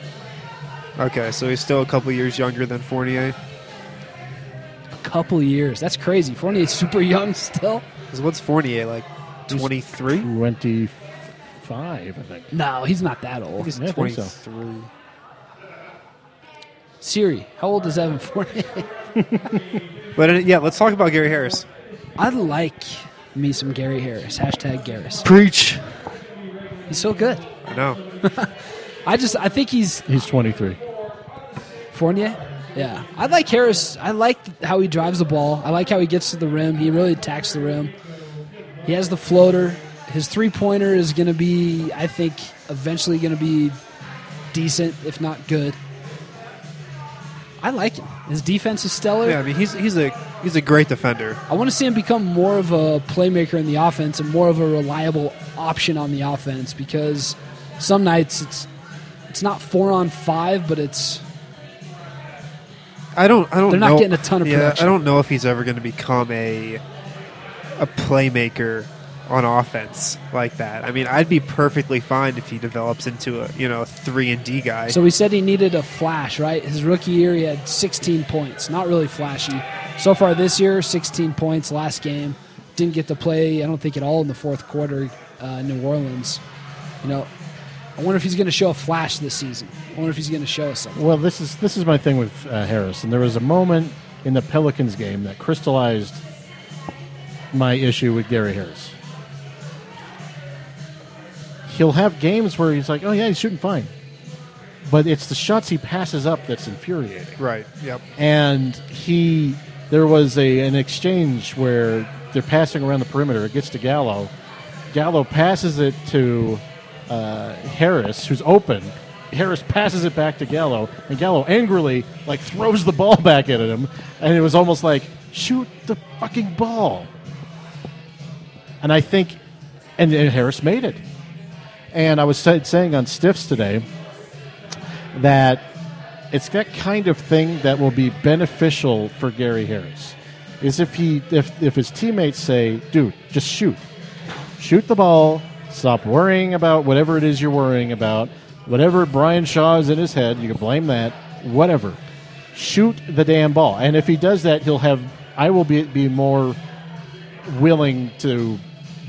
Speaker 4: Okay, so he's still a couple years younger than Fournier.
Speaker 2: A couple years. That's crazy. Fournier's super young still.
Speaker 4: 'Cause what's Fournier like? Twenty three.
Speaker 3: 25, I think.
Speaker 2: No, he's not that old.
Speaker 4: He's
Speaker 3: Yeah, I
Speaker 4: twenty
Speaker 3: think so.
Speaker 4: three.
Speaker 2: Siri, how old is Evan Fournier?
Speaker 4: But uh, yeah, let's talk about Gary Harris.
Speaker 2: I like me some Gary Harris. Hashtag Garris.
Speaker 4: Preach.
Speaker 2: He's so good.
Speaker 4: I know.
Speaker 2: I just I think he's
Speaker 3: He's 23.
Speaker 2: Fournier. Yeah, I like Harris. I like how he drives the ball. I like how he gets to the rim. He really attacks the rim. He has the floater. His three pointer is going to be, I think, eventually going to be decent, if not good. I like him. His defense is stellar.
Speaker 4: Yeah, I mean he's he's a he's a great defender.
Speaker 2: I want to see him become more of a playmaker in the offense and more of a reliable option on the offense because some nights it's it's not four on five, but it's
Speaker 4: I don't. I don't.
Speaker 2: They're not
Speaker 4: know.
Speaker 2: getting a ton of
Speaker 4: Yeah,
Speaker 2: production.
Speaker 4: I don't know if he's ever going to become a a playmaker on offense like that. I mean, I'd be perfectly fine if he develops into a you know three and D guy.
Speaker 2: So we said he needed a flash, right? His rookie year, he had 16 points. Not really flashy. So far this year, 16 points last game. Didn't get to play, I don't think, at all in the fourth quarter uh, in New Orleans. You know, I wonder if he's going to show a flash this season. I wonder if he's going to show us something.
Speaker 3: Well, this is this is my thing with uh, Harris, and there was a moment in the Pelicans game that crystallized my issue with Gary Harris. He'll have games where he's like, "Oh yeah, he's shooting fine," but it's the shots he passes up that's infuriating
Speaker 4: right. Yep.
Speaker 3: and he there was a an exchange where they're passing around the perimeter. It gets to Gallo. Gallo passes it to uh, Harris, who's open. Harris passes it back to Gallo, and Gallo angrily like throws the ball back at him, and it was almost like shoot the fucking ball. And I think, and, and Harris made it. And I was said, saying on Stiffs today that it's that kind of thing that will be beneficial for Gary Harris. Is if he if if his teammates say, "Dude, just shoot, shoot the ball, stop worrying about whatever it is you're worrying about, whatever Brian Shaw is in his head, you can blame that, whatever. Shoot the damn ball." And if he does that, he'll have I will be be more willing to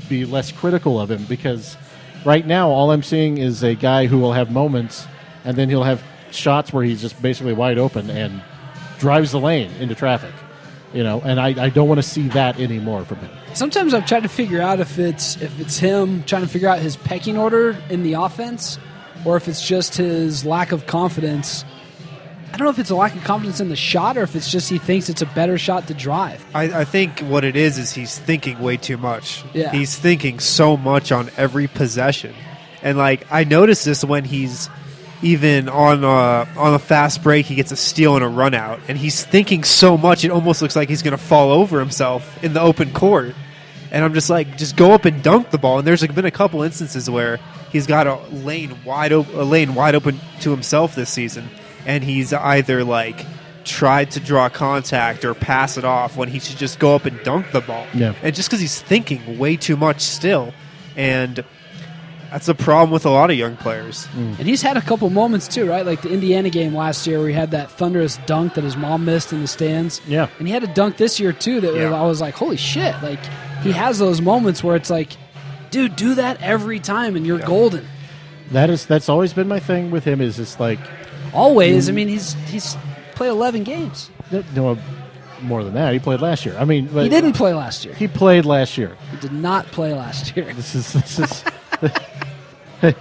Speaker 3: be less critical of him because right now all I'm seeing is a guy who will have moments and then he'll have shots where he's just basically wide open and drives the lane into traffic. You know, and I, I don't want to see that anymore from him.
Speaker 2: Sometimes I've tried to figure out if it's if it's him trying to figure out his pecking order in the offense, or if it's just his lack of confidence. I don't know if it's a lack of confidence in the shot, or if it's just he thinks it's a better shot to drive.
Speaker 4: I, I think what it is is he's thinking way too much.
Speaker 2: Yeah.
Speaker 4: He's thinking so much on every possession, and like I notice this when he's even on a, on a fast break, he gets a steal and a run out, and he's thinking so much it almost looks like he's going to fall over himself in the open court. And I'm just like, just go up and dunk the ball. And there's been a couple instances where he's got a lane wide open, a lane wide open to himself this season, and he's either like tried to draw contact or pass it off when he should just go up and dunk the ball.
Speaker 3: Yeah.
Speaker 4: And just because he's thinking way too much still, and that's a problem with a lot of young players.
Speaker 2: And he's had a couple moments too, right? Like the Indiana game last year where he had that thunderous dunk that his mom missed in the stands.
Speaker 3: Yeah.
Speaker 2: And he had a dunk this year too that
Speaker 4: Yeah.
Speaker 2: I was like, holy shit. Like he has those moments where it's like, dude, do that every time and you're golden.
Speaker 3: That is that's always been my thing with him is it's like
Speaker 2: Always. I mean, he's he's played 11 games.
Speaker 3: no more than that. He played last year. I mean but
Speaker 2: He didn't
Speaker 4: uh,
Speaker 2: play last year.
Speaker 3: he played last year.
Speaker 2: He did not play last year.
Speaker 3: This is this is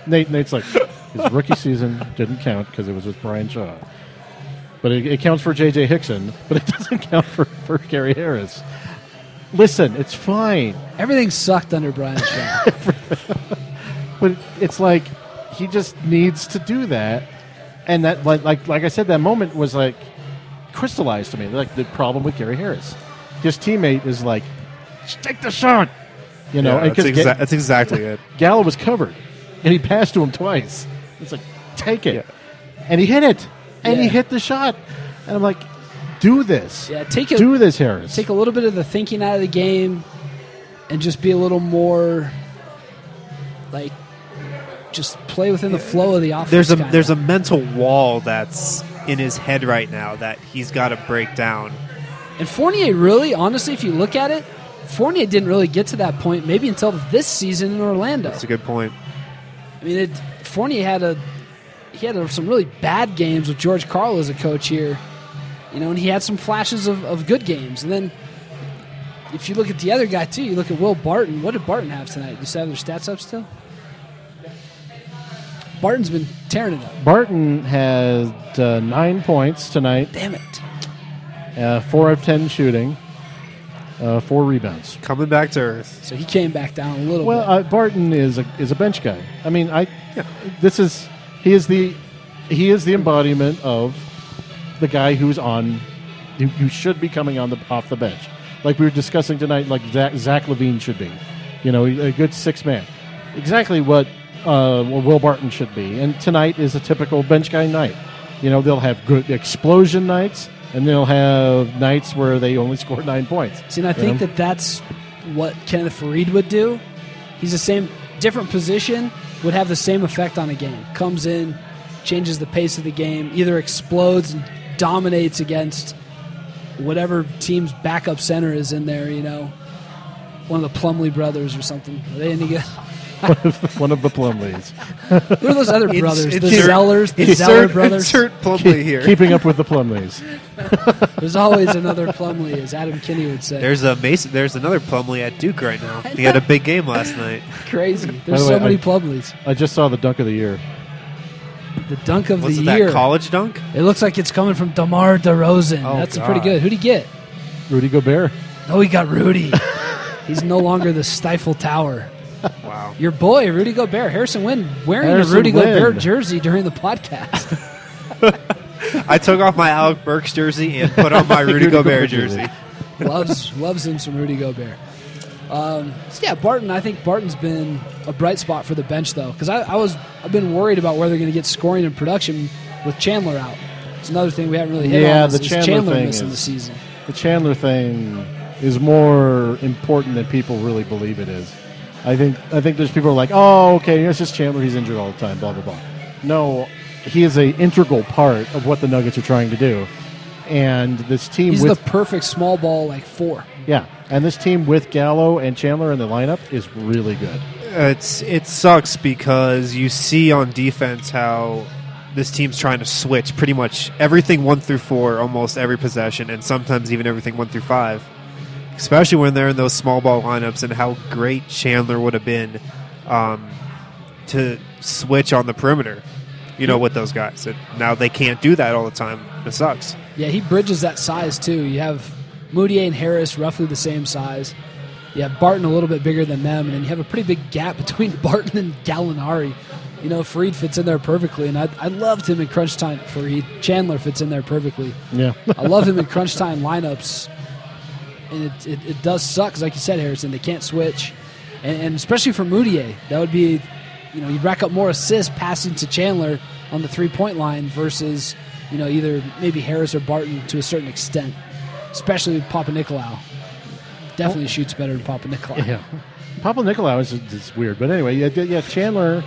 Speaker 3: Nate. Nate's like his rookie season didn't count because it was with Brian Shaw, but it, it counts for J.J. Hickson, but it doesn't count for for Gary Harris. Listen, it's fine,
Speaker 2: Everything sucked under Brian Shaw.
Speaker 3: but it's like he just needs to do that, and that like like like I said, that moment was like crystallized to me, like the problem with Gary Harris. His teammate is like, take the shot, you know,
Speaker 4: Yeah,
Speaker 3: and
Speaker 4: that's,
Speaker 3: 'cause Ga-
Speaker 4: exa- that's exactly it.
Speaker 3: Gallo was covered, and he passed to him twice. It's like, take it,
Speaker 4: Yeah.
Speaker 3: and he hit it. and he
Speaker 2: Yeah.
Speaker 3: hit the shot. And I'm like, do this.
Speaker 2: Yeah, take a-
Speaker 3: do this, Harris.
Speaker 2: Take a little bit of the thinking out of the game and just be a little more like just play within the flow of the offense.
Speaker 4: There's a
Speaker 2: kinda.
Speaker 4: there's a mental wall that's in his head right now that he's got to break down.
Speaker 2: And Fournier really, honestly, if you look at it, Fournier didn't really get to that point maybe until this season in Orlando.
Speaker 4: That's a good point.
Speaker 2: I mean, it, Fournier had a he had some really bad games with George Carl as a coach here, you know, and he had some flashes of, of good games. And then if you look at the other guy too, you look at Will Barton. What did Barton have tonight? Do you still have their stats up still? Barton's been tearing it up.
Speaker 3: Barton had uh, nine points tonight,
Speaker 2: Damn it!
Speaker 3: uh, four of ten shooting, uh, four rebounds.
Speaker 4: Coming back to earth.
Speaker 2: So he came back down a little
Speaker 3: Well,
Speaker 2: bit.
Speaker 3: uh, Barton is a is a bench guy. I mean, I this is he is the he is the embodiment of the guy who's on who, who should be coming on the off the bench, like we were discussing tonight. Like Zach, Zach Levine should be, you know, a good six man, exactly what uh, what Will Barton should be. And tonight is a typical bench guy night. You know, they'll have good explosion nights, and they'll have nights where they only score nine points.
Speaker 2: See, and I
Speaker 3: You
Speaker 2: think
Speaker 3: know?
Speaker 2: that that's what Kenneth Farid would do. He's the same, different position, would have the same effect on a game. Comes in, changes the pace of the game, either explodes and dominates against whatever team's backup center is in there, you know. One of the Plumley brothers or something. Are they any good?
Speaker 3: one of the Plumleys.
Speaker 2: Who are those other brothers? the
Speaker 4: Insert-
Speaker 2: Zellers, the Zeller
Speaker 4: insert,
Speaker 2: brothers.
Speaker 4: Insert Plumlee here.
Speaker 3: Keeping up with the Plumleys.
Speaker 2: There's always another Plumley, as Adam Kinney would say.
Speaker 4: There's a Mason. There's another Plumlee at Duke right now. He had a big game last night.
Speaker 2: crazy.
Speaker 3: By
Speaker 2: There's
Speaker 3: the
Speaker 2: so
Speaker 3: way,
Speaker 2: many
Speaker 3: I-
Speaker 2: Plumleys.
Speaker 3: I just saw the dunk of the year.
Speaker 2: The dunk of
Speaker 4: Was
Speaker 2: the
Speaker 4: it
Speaker 2: year.
Speaker 4: that college dunk?
Speaker 2: It looks like it's coming from DeMar DeRozan.
Speaker 4: Oh,
Speaker 2: That's pretty
Speaker 4: God.
Speaker 2: good. Who'd he get?
Speaker 3: Rudy Gobert.
Speaker 2: Oh, he got Rudy. He's no longer the Stifle Tower.
Speaker 4: Wow.
Speaker 2: Your boy, Rudy Gobert. Harrison Wynn wearing
Speaker 3: Harrison
Speaker 2: a Rudy
Speaker 3: Wynn.
Speaker 2: Gobert jersey during the podcast.
Speaker 4: I took off my Alec Burks jersey and put on my Rudy,
Speaker 3: Rudy
Speaker 4: Gobert
Speaker 3: Gobert
Speaker 4: jersey.
Speaker 3: jersey.
Speaker 2: loves loves him some Rudy Gobert. Um, so yeah, Barton. I think Barton's been a bright spot for the bench though, because I, I was I've been worried about where they're going to get scoring and production with Chandler out. It's another thing we haven't really hit
Speaker 3: Yeah,
Speaker 2: on. is
Speaker 3: the Chandler thing
Speaker 2: missing
Speaker 3: is-
Speaker 2: the season.
Speaker 3: The Chandler thing is more important than people really believe it is. I think I think there's people who are like, oh, okay, it's just Chandler. He's injured all the time. Blah blah blah. No, he is a integral part of what the Nuggets are trying to do, and this team
Speaker 2: He's
Speaker 3: with
Speaker 2: the perfect small ball like four.
Speaker 3: yeah, and this team with Gallo and Chandler in the lineup is really good.
Speaker 4: It's it sucks because you see on defense how this team's trying to switch pretty much everything one through four, almost every possession, and sometimes even everything one through five. Especially when they're in those small ball lineups, and how great Chandler would have been um, to switch on the perimeter, you know, with those guys. And now they can't do that all the time. It sucks.
Speaker 2: Yeah, he bridges that size too. You have Moutier and Harris roughly the same size. You have Barton a little bit bigger than them, and then you have a pretty big gap between Barton and Gallinari. You know, Farid fits in there perfectly, and I, I loved him in crunch time. Farid Chandler fits in there perfectly.
Speaker 3: Yeah,
Speaker 2: I love him in crunch time lineups, and it, it, it does suck 'cause like you said, Harrison, they can't switch, and, and especially for Moutier, that would be, you know, you'd rack up more assists passing to Chandler on the three point line versus, you know, either maybe Harris or Barton to a certain extent, especially with Papa Nicolau. Definitely shoots better than Papa Nicolau.
Speaker 3: Oh. yeah. Papa Nicolau is, is weird, but anyway, yeah, yeah. Chandler,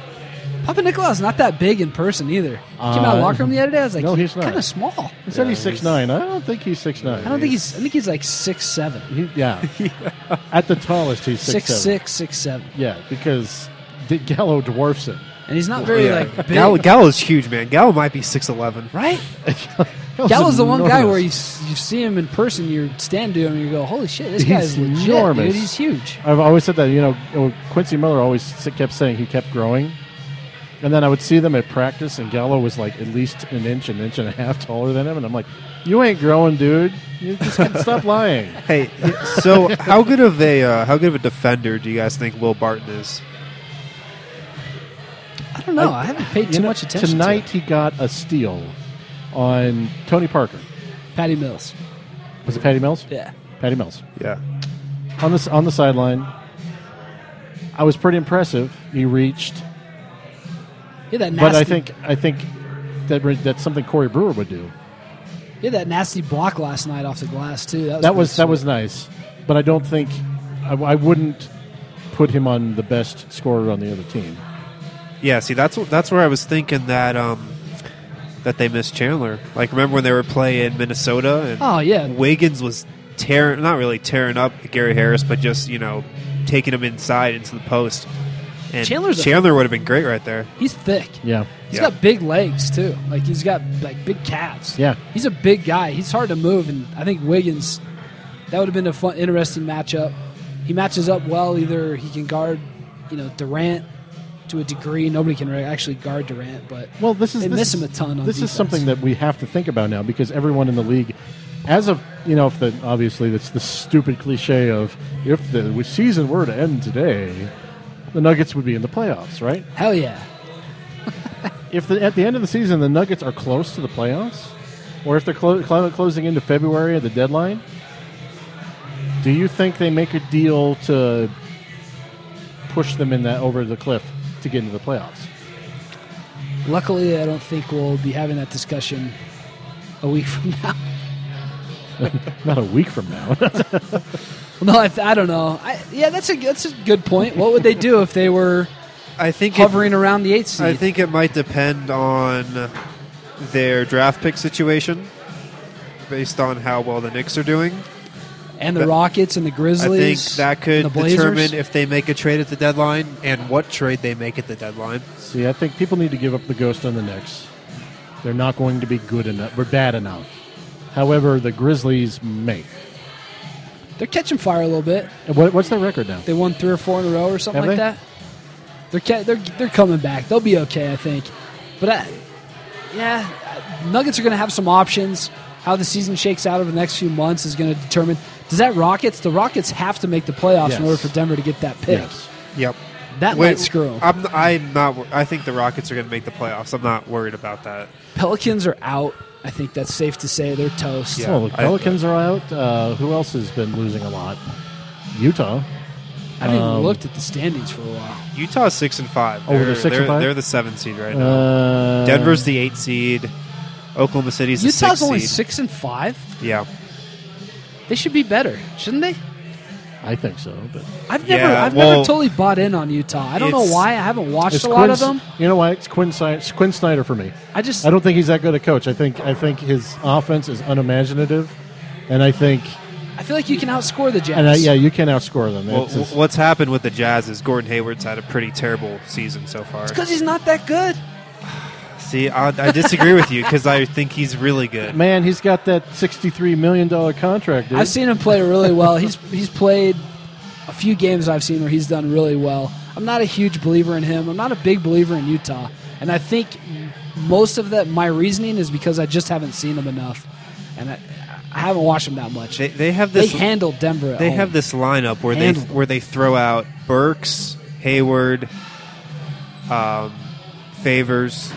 Speaker 2: Papa Nicolau's not that big in person either. Came out of the
Speaker 3: Uh,
Speaker 2: locker room the other day. I was like,
Speaker 3: no, he's not.
Speaker 2: kind of small.
Speaker 3: he said
Speaker 4: Yeah,
Speaker 3: he's
Speaker 4: he's-
Speaker 3: six nine. I don't think he's six nine.
Speaker 2: I don't think he's. I think he's like six seven,
Speaker 3: He, yeah. At the tallest, he's
Speaker 2: six
Speaker 3: six, seven.
Speaker 2: six, six seven.
Speaker 3: Yeah, because D- Gallo dwarfs him.
Speaker 2: and he's not very like big,
Speaker 4: Gallo, Gallo's huge, man. Gallo might be six eleven.
Speaker 2: right?
Speaker 3: Gallo's,
Speaker 2: Gallo's the one guy
Speaker 3: enormous.
Speaker 2: where you s- you see him in person, you stand to him, and you go, "Holy shit, this
Speaker 3: He's
Speaker 2: guy is legit,
Speaker 3: enormous.
Speaker 2: dude. He's huge."
Speaker 3: I've always said that. You know, uh, Quincy Miller always s- kept saying he kept growing, and then I would see them at practice, and Gallo was like at least an inch, an inch and a half taller than him, and I'm like, "You ain't growing, dude. You just can stop lying."
Speaker 4: Hey, so how good of a uh, how good of a defender do you guys think Will Barton is?
Speaker 2: I don't know. I, haven't paid
Speaker 3: You
Speaker 2: too
Speaker 3: know,
Speaker 2: much attention
Speaker 3: Tonight
Speaker 2: To
Speaker 3: he got a steal on Tony Parker.
Speaker 2: it. Patty Mills.
Speaker 3: Was it Patty Mills?
Speaker 2: Yeah,
Speaker 3: Patty Mills.
Speaker 4: Yeah.
Speaker 3: on this on the sideline. I was pretty impressive. He reached,
Speaker 2: yeah, that nasty.
Speaker 3: but I think I think that re- that's something Corey Brewer would do.
Speaker 2: He had that nasty block last night off the glass too. That was
Speaker 3: That was
Speaker 2: pretty
Speaker 3: that was nice, but I don't think I, I wouldn't put him on the best scorer on the other team.
Speaker 4: Yeah, see, that's wh- that's where I was thinking that um, that they missed Chandler. Like, remember when they were playing Minnesota? And
Speaker 2: Oh, yeah.
Speaker 4: Wiggins was tearing, not really tearing up Gary Harris, but just you know taking him inside into the post. And
Speaker 2: Chandler's a-
Speaker 4: Chandler would have been great right there.
Speaker 2: sweet. He's thick.
Speaker 3: Yeah,
Speaker 2: He's
Speaker 4: Yeah.
Speaker 2: got big legs too. Like he's got like big calves.
Speaker 3: Yeah.
Speaker 2: he's a big guy. He's hard to move, and I think Wiggins. That would have been a fun, interesting matchup. He matches up well. Either he can guard, you know, Durant to a degree. Nobody can re- actually guard Durant, but
Speaker 3: Well, this is
Speaker 2: they
Speaker 3: this
Speaker 2: miss him
Speaker 3: is-
Speaker 2: a ton. On
Speaker 3: this
Speaker 2: defense.
Speaker 3: is something that we have to think about now because everyone in the league, as of you know, if the, obviously that's the stupid cliche of if the season were to end today, the Nuggets would be in the playoffs, right?
Speaker 2: hell yeah.
Speaker 3: If the, at the end of the season the Nuggets are close to the playoffs, or if they're clo- clo- closing into February at the deadline, do you think they make a deal to push them in that over the cliff to get into the playoffs?
Speaker 2: Luckily, I don't think we'll be having that discussion a week from now.
Speaker 3: Not a week from now.
Speaker 2: Well, no, I, I don't know. I, yeah, that's a that's a good point. What would they do if they were
Speaker 4: I think it,
Speaker 2: hovering around the eighth seed?
Speaker 4: I think it might depend on their draft pick situation, based on how well the Knicks are doing.
Speaker 2: and the
Speaker 4: that-
Speaker 2: Rockets and the
Speaker 4: I
Speaker 2: Grizzlies.
Speaker 4: think that
Speaker 2: and
Speaker 4: could
Speaker 2: the Blazers.
Speaker 4: determine if they make a trade at the deadline and what trade they make at the deadline.
Speaker 3: See, I think people need to give up the ghost on the Knicks. They're not going to be good enough. We're bad enough. However, the Grizzlies may.
Speaker 2: they're catching fire a little bit.
Speaker 3: And What, what's their record now?
Speaker 2: They won three or four in a row or something
Speaker 3: Have
Speaker 2: like
Speaker 3: they?
Speaker 2: that. They're ca- they're they're coming back. They'll be okay, I think. But I, yeah, Nuggets are going to have some options. How the season shakes out over the next few months is going to determine. Does that Rockets? The Rockets have to make the playoffs in
Speaker 3: Yes.
Speaker 2: order for Denver to get that pick.
Speaker 3: Yes.
Speaker 4: Yep.
Speaker 2: That might screw 'em.
Speaker 4: I'm, I'm not. wor- I think the Rockets are going to make the playoffs. I'm not worried about that.
Speaker 2: Pelicans are out. I think that's safe to say they're toast.
Speaker 4: Yeah.
Speaker 3: Oh, the
Speaker 4: I-
Speaker 3: Pelicans are out. Uh, who else has been losing a lot? Utah.
Speaker 2: I haven't even
Speaker 3: Um,
Speaker 2: looked at the standings for a while.
Speaker 4: Utah's six and five.
Speaker 3: Oh, they're six and five?
Speaker 4: They're the seventh seed right now.
Speaker 3: Uh,
Speaker 4: Denver's the eight seed. Oklahoma City's the
Speaker 2: Utah's
Speaker 4: sixth
Speaker 2: only
Speaker 4: seed.
Speaker 2: six and five.
Speaker 4: Yeah.
Speaker 2: They should be better, shouldn't they?
Speaker 3: I think so. But
Speaker 2: I've never,
Speaker 4: Yeah,
Speaker 2: I've never
Speaker 4: well,
Speaker 2: totally bought in on Utah. I don't know
Speaker 4: it's-
Speaker 2: why. I haven't watched
Speaker 3: It's
Speaker 2: a lot
Speaker 3: Quinn-
Speaker 2: of them.
Speaker 3: You know why? It's Quinn, Si- it's Quinn Snyder for me.
Speaker 2: I just,
Speaker 3: I don't think he's that good a coach. I think I think his offense is unimaginative, and I think
Speaker 2: I feel like you can outscore the Jazz.
Speaker 4: uh,
Speaker 3: and I, yeah, you can outscore them.
Speaker 4: Well,
Speaker 3: It's just-
Speaker 4: what's happened with the Jazz is Gordon Hayward's had a pretty terrible season so far.
Speaker 2: because he's not that good.
Speaker 4: See, I, I disagree with you because I think he's really good.
Speaker 3: Man, he's got that sixty-three million dollar contract. Dude.
Speaker 2: I've seen him play really well. He's he's played a few games I've seen where he's done really well. I'm not a huge believer in him. I'm not a big believer in Utah, and I think most of that my reasoning is because I just haven't seen them enough, and I, I haven't watched them that much.
Speaker 4: They, they have
Speaker 2: They
Speaker 4: this.
Speaker 2: handled Denver. At
Speaker 3: Oh.
Speaker 4: they
Speaker 2: home.
Speaker 4: have this lineup where they
Speaker 2: Handle.
Speaker 4: where they throw out Burks, Hayward, um, Favors,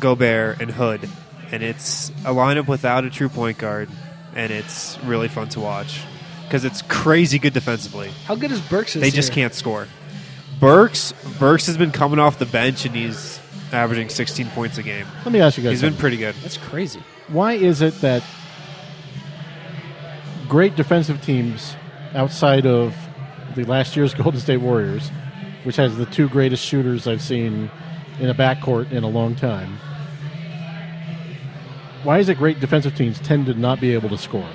Speaker 4: Gobert, and Hood, and it's a lineup without a true point guard, and it's really fun to watch because it's crazy good defensively.
Speaker 2: How good is Burks?
Speaker 4: They just can't score. Burks Burks has been coming off the bench and he's averaging 16 points a game.
Speaker 3: Let me ask you guys.
Speaker 4: He's been
Speaker 3: something.
Speaker 4: pretty good.
Speaker 2: That's crazy.
Speaker 3: Why is it that great defensive teams outside of the last year's Golden State Warriors, which has the two greatest shooters I've seen in a backcourt in a long time, why is it great defensive teams tend to not be able to score?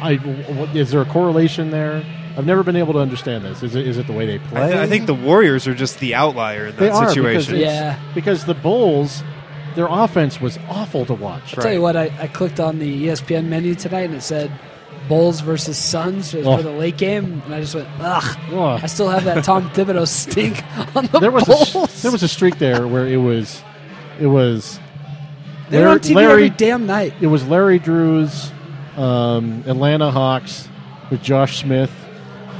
Speaker 3: I, what, is there a correlation there? I've never been able to understand this. Is it, is it the way they play?
Speaker 4: I, th- I think the Warriors are just the outlier in
Speaker 3: They
Speaker 4: that
Speaker 3: are
Speaker 4: situation.
Speaker 3: Because it's-
Speaker 2: Yeah.
Speaker 3: because the Bulls, their offense was awful to watch.
Speaker 2: I'll tell you what, I, I clicked on the E ESPN menu tonight and it said Bulls versus Suns was
Speaker 3: Oh.
Speaker 2: for the late game, and I just went, ugh.
Speaker 3: Ugh.
Speaker 2: I still have that Tom Thibodeau stink on the
Speaker 3: There was a,
Speaker 2: Bulls.
Speaker 3: there was a streak there where it was it was
Speaker 2: They're on TV
Speaker 3: Larry
Speaker 2: every damn night.
Speaker 3: it was Larry Drew's um, Atlanta Hawks with Josh Smith,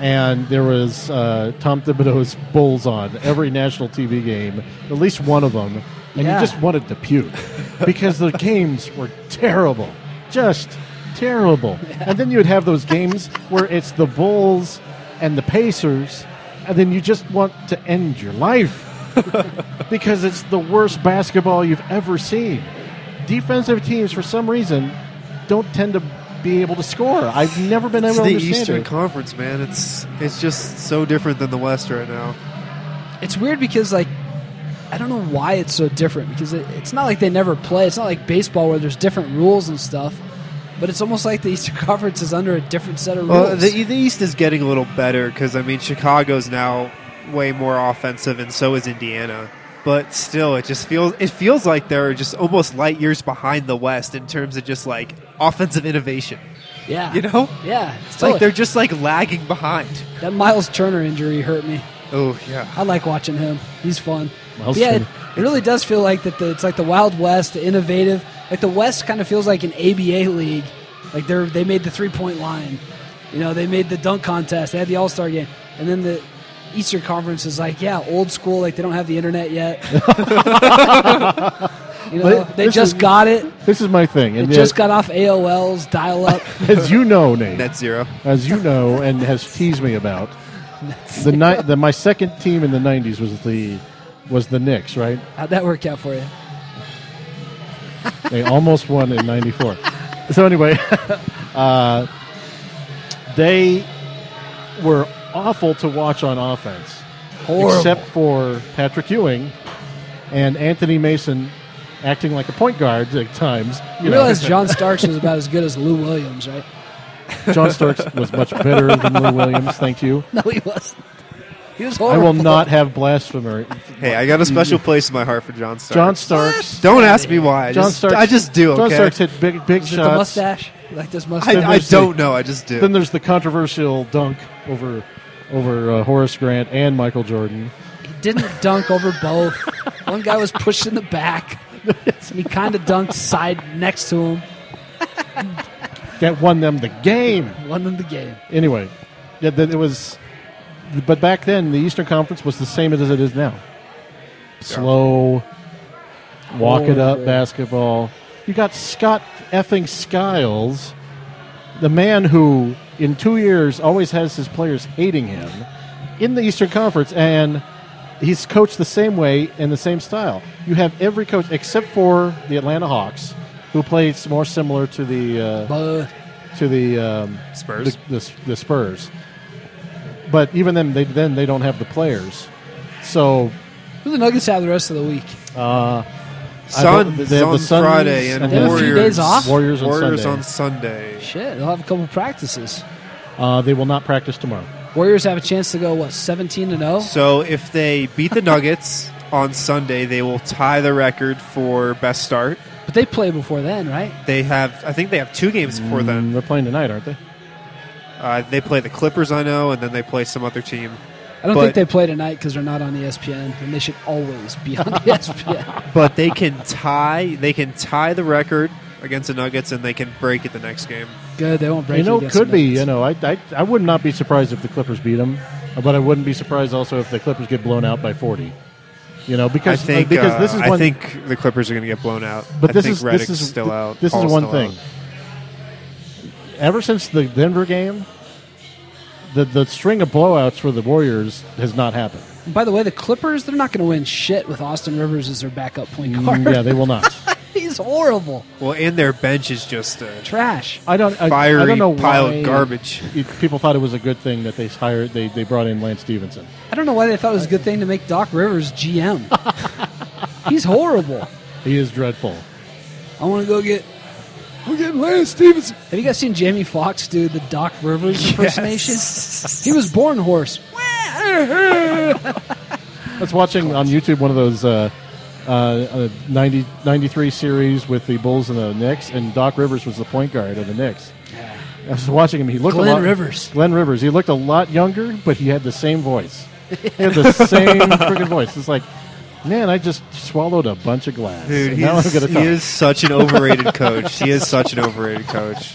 Speaker 3: and there was uh, Tom Thibodeau's Bulls on every national TV game, at least one of them, and
Speaker 2: Yeah.
Speaker 3: you just wanted to puke because the games were terrible, just terrible. And then you would have those games where it's the Bulls and the Pacers, and then you just want to end your life. because it's the worst basketball you've ever seen. Defensive teams, for some reason, don't tend to be able to score. I've never been able
Speaker 4: It's
Speaker 3: to
Speaker 4: the
Speaker 3: understand
Speaker 4: Eastern
Speaker 3: it.
Speaker 4: Conference, man. It's it's just so different than the West right now.
Speaker 2: It's weird because like I don't know why it's so different because it, it's not like they never play. It's not like baseball where there's different rules and stuff. But it's almost like the Eastern Conference is under a different set of rules.
Speaker 4: Well, the, E the East is getting a little better because I mean Chicago's now way more offensive, and so is Indiana. But still, it just feels it feels like they're just almost light years behind the West in terms of just like offensive innovation.
Speaker 2: yeah,
Speaker 4: You know,
Speaker 2: yeah.
Speaker 4: it's like they're just like lagging behind.
Speaker 2: that Miles Turner injury hurt me.
Speaker 4: Oh yeah,
Speaker 2: I like watching him. He's fun. But
Speaker 3: Miles
Speaker 2: yeah, it,
Speaker 3: Turner.
Speaker 2: it really does feel like that. The, it's like the Wild West, the innovative. Like the West kind of feels like an ABA league. Like they're they made the three point line. You know, they made the dunk contest. They had the All Star game, and then the Eastern Conference is like, yeah, old school. Like they don't have the internet yet. you know,
Speaker 3: But
Speaker 2: they
Speaker 3: this
Speaker 2: just
Speaker 3: is-
Speaker 2: got it.
Speaker 3: This is my thing,
Speaker 2: They
Speaker 3: and
Speaker 2: just
Speaker 3: just
Speaker 2: got off AOL's dial up.
Speaker 3: as you know, Nate,
Speaker 4: net zero.
Speaker 3: as you know, and has teased me about the night. The, my second team in the '90s was the was the Knicks, right?
Speaker 2: How'd that work out for you?
Speaker 3: They almost won in '94. So anyway, uh, they were awful to watch on offense,
Speaker 2: Horrible.
Speaker 3: except for Patrick Ewing and Anthony Mason acting like a point guard at times.
Speaker 2: you
Speaker 3: know.
Speaker 2: realize John Starks was about as good as Lou Williams, right?
Speaker 3: John Starks was much better than Lou Williams. Thank you.
Speaker 2: No, he wasn't. He was
Speaker 3: I
Speaker 2: horrible.
Speaker 3: will not have blasphemer.
Speaker 4: Hey, I got a special place in my heart for Mm-hmm. John Starks.
Speaker 3: John Starks.
Speaker 4: Don't ask me why. I
Speaker 3: John
Speaker 4: just,
Speaker 3: Starks.
Speaker 4: I just do. Okay?
Speaker 3: John Starks hit big, big
Speaker 2: Is it the
Speaker 3: shots.
Speaker 2: mustache? You Like this mustache?
Speaker 3: Then
Speaker 4: I, I
Speaker 3: there's
Speaker 4: don't know. I just do.
Speaker 3: Then there's the controversial dunk over over uh, Horace Grant and Michael Jordan.
Speaker 2: He didn't dunk over both. One guy was pushed in the back, and he kind of dunked side next to him,
Speaker 3: That won them the game.
Speaker 2: won them the game.
Speaker 3: Anyway, yeah, that it was. But back then, the Eastern Conference was the same as it is now. Slow, walk it up
Speaker 2: Horrible.
Speaker 3: basketball. You got Scott effing Skiles, the man who in two years always has his players hating him in the Eastern Conference, and he's coached the same way and the same style. You have every coach except for the Atlanta Hawks, who plays more similar to the uh,
Speaker 2: But
Speaker 3: to the um,
Speaker 4: Spurs?
Speaker 3: The, the, the Spurs. But even then, they then they don't have the players. So
Speaker 2: who the Nuggets have the rest of the week?
Speaker 3: I
Speaker 4: Sun,
Speaker 3: don't-
Speaker 4: Suns
Speaker 3: they have the Suns
Speaker 4: Friday and,
Speaker 3: and
Speaker 2: then a few
Speaker 4: Warriors.
Speaker 2: days off?
Speaker 3: Warriors on Sunday.
Speaker 4: on Sunday.
Speaker 2: Shit, they'll have a couple practices.
Speaker 3: uh, they will not practice tomorrow.
Speaker 2: Warriors have a chance to go what seventeen to zero.
Speaker 4: So if they beat the Nuggets on Sunday, they will tie the record for best start.
Speaker 2: But they play before then, right?
Speaker 4: They have, I think they have two games before
Speaker 3: And
Speaker 4: then.
Speaker 3: Mm, they're playing tonight, aren't they?
Speaker 4: Uh, they play the Clippers, I know, and then they play some other team.
Speaker 2: I don't
Speaker 4: But-
Speaker 2: think they play tonight because they're not on E ESPN, and they should always be on E ESPN.
Speaker 4: But they can tie, they can tie the record against the Nuggets, and they can break it the next game.
Speaker 2: Good, they won't break.
Speaker 3: you know,
Speaker 2: it against
Speaker 3: could
Speaker 2: the
Speaker 3: be.
Speaker 2: Nuggets.
Speaker 3: You know, I, I I would not be surprised if the Clippers beat them, but I wouldn't be surprised also if the Clippers get blown out by forty. You know,
Speaker 4: I
Speaker 3: because uh,
Speaker 4: think
Speaker 3: because
Speaker 4: uh,
Speaker 3: this is
Speaker 4: I
Speaker 3: one.
Speaker 4: think the Clippers are going to get blown out.
Speaker 3: but
Speaker 4: I
Speaker 3: this
Speaker 4: think
Speaker 3: is
Speaker 4: Reddick's
Speaker 3: this is
Speaker 4: still
Speaker 3: th-
Speaker 4: out.
Speaker 3: This
Speaker 4: Paul's
Speaker 3: is one
Speaker 4: still
Speaker 3: thing.
Speaker 4: out.
Speaker 3: Ever since the Denver game, the the string of blowouts for the Warriors has not happened.
Speaker 2: By the way, the Clippers, they're not going to win shit with Austin Rivers as their backup
Speaker 4: Mm,
Speaker 2: point guard.
Speaker 3: Mm, yeah, they will not.
Speaker 2: He's horrible.
Speaker 4: Well, and their bench is just uh, a
Speaker 2: Trash.
Speaker 3: I don't. I,
Speaker 4: fiery
Speaker 3: I don't know
Speaker 4: pile
Speaker 3: why
Speaker 4: of garbage.
Speaker 3: it- People thought it was a good thing that they hired. They they brought in Lance Stevenson.
Speaker 2: I don't know why they thought it was a good thing to make Doc Rivers GM. He's horrible.
Speaker 3: He is dreadful.
Speaker 2: I want to go get. I'm getting Lance Stevenson. Have you guys seen Jamie Foxx do the Doc Rivers impersonation? He was born horse.
Speaker 3: I was watching on YouTube one of those uh, uh, uh, 90, 93 series with the Bulls and the Knicks, and Doc Rivers was the point guard of the Knicks. I was watching him. He looked
Speaker 2: Glenn
Speaker 3: a lot,
Speaker 2: Rivers.
Speaker 3: Glenn Rivers. He looked a lot younger, but he had the same voice. He had the same freaking voice. It's like, man, I just swallowed a bunch of glass.
Speaker 4: Dude,
Speaker 3: and now I'm
Speaker 4: he's,
Speaker 3: going to
Speaker 4: he
Speaker 3: talk.
Speaker 4: is such an overrated coach. He is such an overrated coach.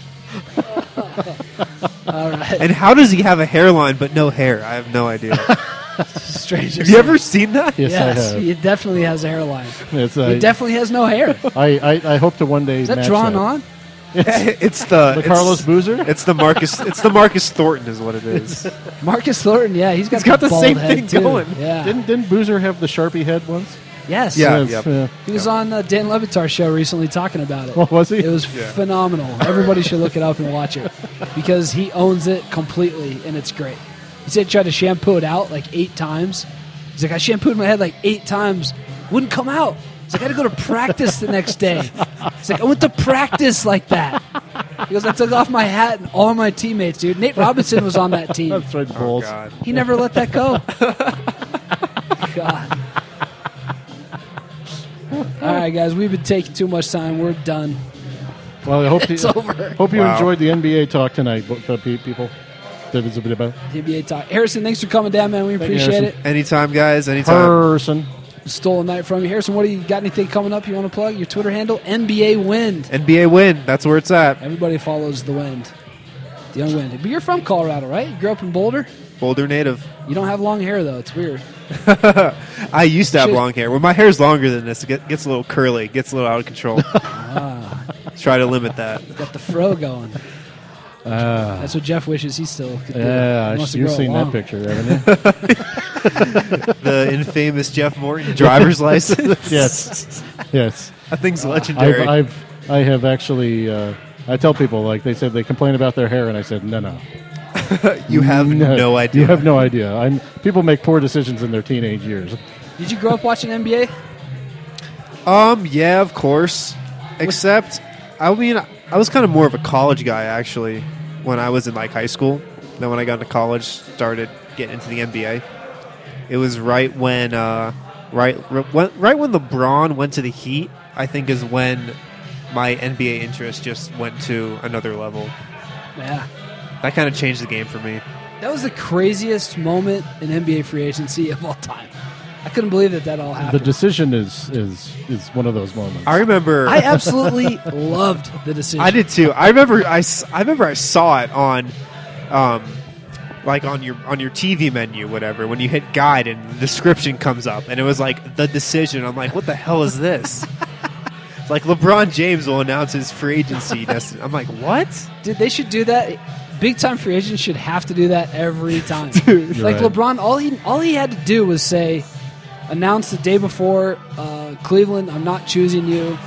Speaker 2: All right.
Speaker 4: And how does he have a hairline but no hair? I have no idea. have
Speaker 2: Strange.
Speaker 4: you ever seen that?
Speaker 3: Yes,
Speaker 2: Yes,
Speaker 3: I have.
Speaker 2: he definitely has a hairline.
Speaker 3: It's,
Speaker 2: He
Speaker 3: uh,
Speaker 2: definitely has no hair.
Speaker 3: I, I, I hope to one day.
Speaker 2: Is that
Speaker 3: match
Speaker 2: drawn
Speaker 3: that.
Speaker 2: on?
Speaker 4: it's the
Speaker 3: The
Speaker 4: it's-
Speaker 3: Carlos Boozer?
Speaker 4: It's the Marcus. It's the Marcus Thornton, is what it is.
Speaker 2: Marcus Thornton, yeah, he's got,
Speaker 4: He's got the
Speaker 2: bald
Speaker 4: same
Speaker 2: head,
Speaker 4: thing
Speaker 2: too.
Speaker 4: going.
Speaker 2: Yeah.
Speaker 3: Didn't didn't Boozer have the Sharpie head once?
Speaker 2: yes.
Speaker 4: Yeah.
Speaker 3: Yes,
Speaker 4: yep.
Speaker 2: He was on uh, Dan Levitar's show recently talking about it.
Speaker 3: Oh, was he?
Speaker 2: It was
Speaker 4: Yeah.
Speaker 2: phenomenal. Everybody should look it up and watch it because he owns it completely and it's great. He said he tried to shampoo it out like eight times. He's like, I shampooed my head like eight times, wouldn't come out. He's like, I had to go to practice the next day. He's like, I went to practice like that. He goes, I took off my hat and all my teammates, dude. Nate Robinson was on that team.
Speaker 3: That's right,
Speaker 4: Oh,
Speaker 3: Bulls.
Speaker 4: God.
Speaker 2: He never let that go. God. All right, guys, we've been taking too much time. We're done.
Speaker 3: Well, I hope
Speaker 2: It's
Speaker 3: you,
Speaker 2: over.
Speaker 3: Hope you
Speaker 4: Wow.
Speaker 3: enjoyed the NBA talk tonight, but for pe- people. That is a bit about
Speaker 2: NBA talk. Harrison, thanks for coming down, man. We
Speaker 3: you,
Speaker 2: appreciate it.
Speaker 3: Harrison.
Speaker 4: Anytime, guys. Anytime.
Speaker 3: person.
Speaker 2: Stole a night from you. Harrison, what do you got? Anything coming up you want to plug? Your Twitter handle, NBA Wind.
Speaker 4: NBA win. That's where it's at.
Speaker 2: Everybody follows the wind. The young wind. But you're from Colorado, right? You grew up in Boulder?
Speaker 4: Boulder native.
Speaker 2: You don't have long hair, though. It's weird.
Speaker 4: I used to have
Speaker 2: Should-
Speaker 4: long hair. When my hair's longer than this, it get- gets a little curly. It gets a little out of control. Try to limit that.
Speaker 2: You got the fro going. That's what Jeff wishes he still could do.
Speaker 3: Yeah,
Speaker 2: He wants to
Speaker 3: you've
Speaker 2: grow it
Speaker 3: seen
Speaker 2: long.
Speaker 3: that picture, haven't you?
Speaker 4: The infamous Jeff Morton driver's license.
Speaker 3: yes, yes.
Speaker 4: That thing's legendary.
Speaker 3: Uh, I've, I've I have actually. Uh, I tell people like they said they complain about their hair, and I said no, no.
Speaker 4: you have no, idea.
Speaker 3: You have no idea. I'm people make poor decisions in their teenage years.
Speaker 2: Did you grow up watching NBA?
Speaker 4: Um, yeah, of course. Except, I mean, I was kind of more of a college guy actually when I was in like high school. Then when I got into college, started getting into the NBA. It was right when, uh, right, r- when- right when LeBron went to the Heat. I think is when my NBA interest just went to another level.
Speaker 2: Yeah.
Speaker 4: That kind of changed the game for me.
Speaker 2: That was the craziest moment in NBA free agency of all time. I couldn't believe that that all
Speaker 3: The
Speaker 2: happened.
Speaker 3: decision is is is one of those moments.
Speaker 4: I remember.
Speaker 2: I absolutely loved the decision.
Speaker 4: I did too. I remember I, s- I remember I saw it on, um, like on your on your TV menu, whatever. When you hit guide and the description comes up, and it was like the decision. I'm like, what the hell is this? It's like LeBron James will announce his free agency. desti- I'm like, what?
Speaker 2: Dude, they should do that. Big time free agents should have to do that every time.
Speaker 3: You're
Speaker 2: like
Speaker 3: right.
Speaker 2: LeBron, all he all he had to do was say, announce the day before, uh, Cleveland, I'm not choosing you.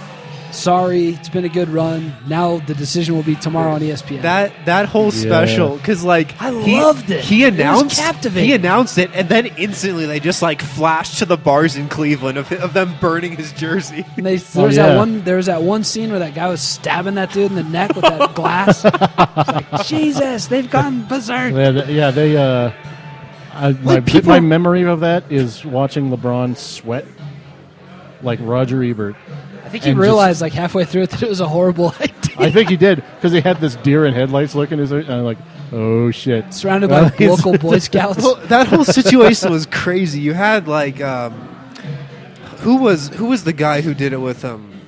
Speaker 2: Sorry, it's been a good run. Now the decision will be tomorrow on E ESPN.
Speaker 4: That that whole special because like
Speaker 2: I loved it.
Speaker 4: He
Speaker 2: It was
Speaker 4: announced
Speaker 2: captivating.
Speaker 4: He announced it, and then instantly they just like flashed to the bars in Cleveland of, of them burning his jersey.
Speaker 2: And they, there was that
Speaker 3: Oh, yeah.
Speaker 2: one. There was that one scene where that guy was stabbing that dude in the neck with that glass. It's like, Jesus, they've gone berserk.
Speaker 3: Yeah, th- yeah, they. Uh, I, my,
Speaker 2: people-
Speaker 3: my memory of that is watching LeBron sweat like Roger Ebert.
Speaker 2: I think he
Speaker 3: And
Speaker 2: realized like halfway through it that it was a horrible idea.
Speaker 3: I think he did because he had this deer in headlights look in his and I'm like, oh shit.
Speaker 2: Surrounded
Speaker 3: Well,
Speaker 2: by
Speaker 3: he's-
Speaker 2: local Boy Scouts.
Speaker 4: Well, that whole situation was crazy. You had like, um, who was who was the guy who did it with um,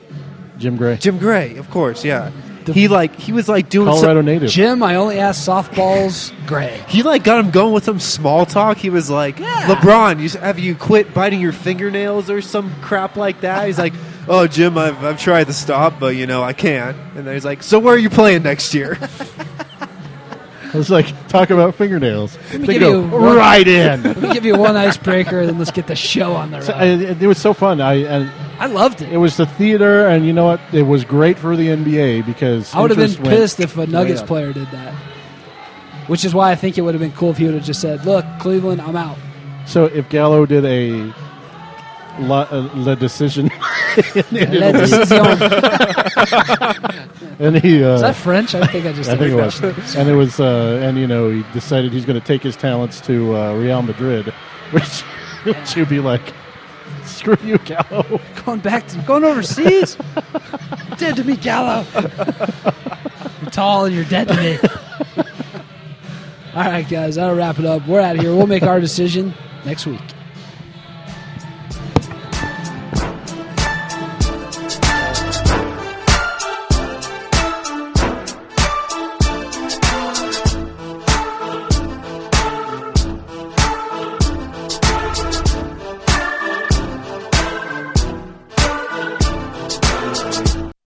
Speaker 3: Jim Gray,
Speaker 4: Jim Gray? Of course, yeah. he like he was like doing
Speaker 3: Colorado
Speaker 4: some-
Speaker 3: native.
Speaker 2: Jim, I only asked softballs. Gray.
Speaker 4: He like got him going with some small talk. He was like,
Speaker 2: Yeah.
Speaker 4: "LeBron, you, have you quit biting your fingernails or some crap like that?" He's like, "Oh, Jim, I've I've tried to stop, but you know I can't." And then he's like, "So where are you playing next year?"
Speaker 3: I was like, talk about fingernails. They
Speaker 2: give
Speaker 3: go
Speaker 2: you one-
Speaker 3: right in.
Speaker 2: Let me give you one icebreaker, and let's get the show on the road.
Speaker 3: So, I, it, it was so fun. I, I
Speaker 2: I loved
Speaker 3: it
Speaker 2: it.
Speaker 3: was the theater, and you know what? It was great for the NBA because
Speaker 2: I would have
Speaker 3: interest
Speaker 2: been
Speaker 3: went
Speaker 2: pissed if a
Speaker 3: way
Speaker 2: Nuggets
Speaker 3: up.
Speaker 2: player did that. Which is why I think it would have been cool if he would have just said, "Look, Cleveland, I'm out."
Speaker 3: So if Gallo did a la, uh, la decision,
Speaker 2: Let this is your-
Speaker 3: and he uh,
Speaker 2: Is that French? I think I just
Speaker 3: I think it
Speaker 2: did
Speaker 3: was. and it was, uh, and you know, he decided he's going to take his talents to uh, Real Madrid, which, which you'd be like, screw you, Gallo.
Speaker 2: going back to going overseas. You're dead to me, Gallo. you're tall and you're dead to me. All right, guys, that'll wrap it up. We're out of here. We'll make our decision next week.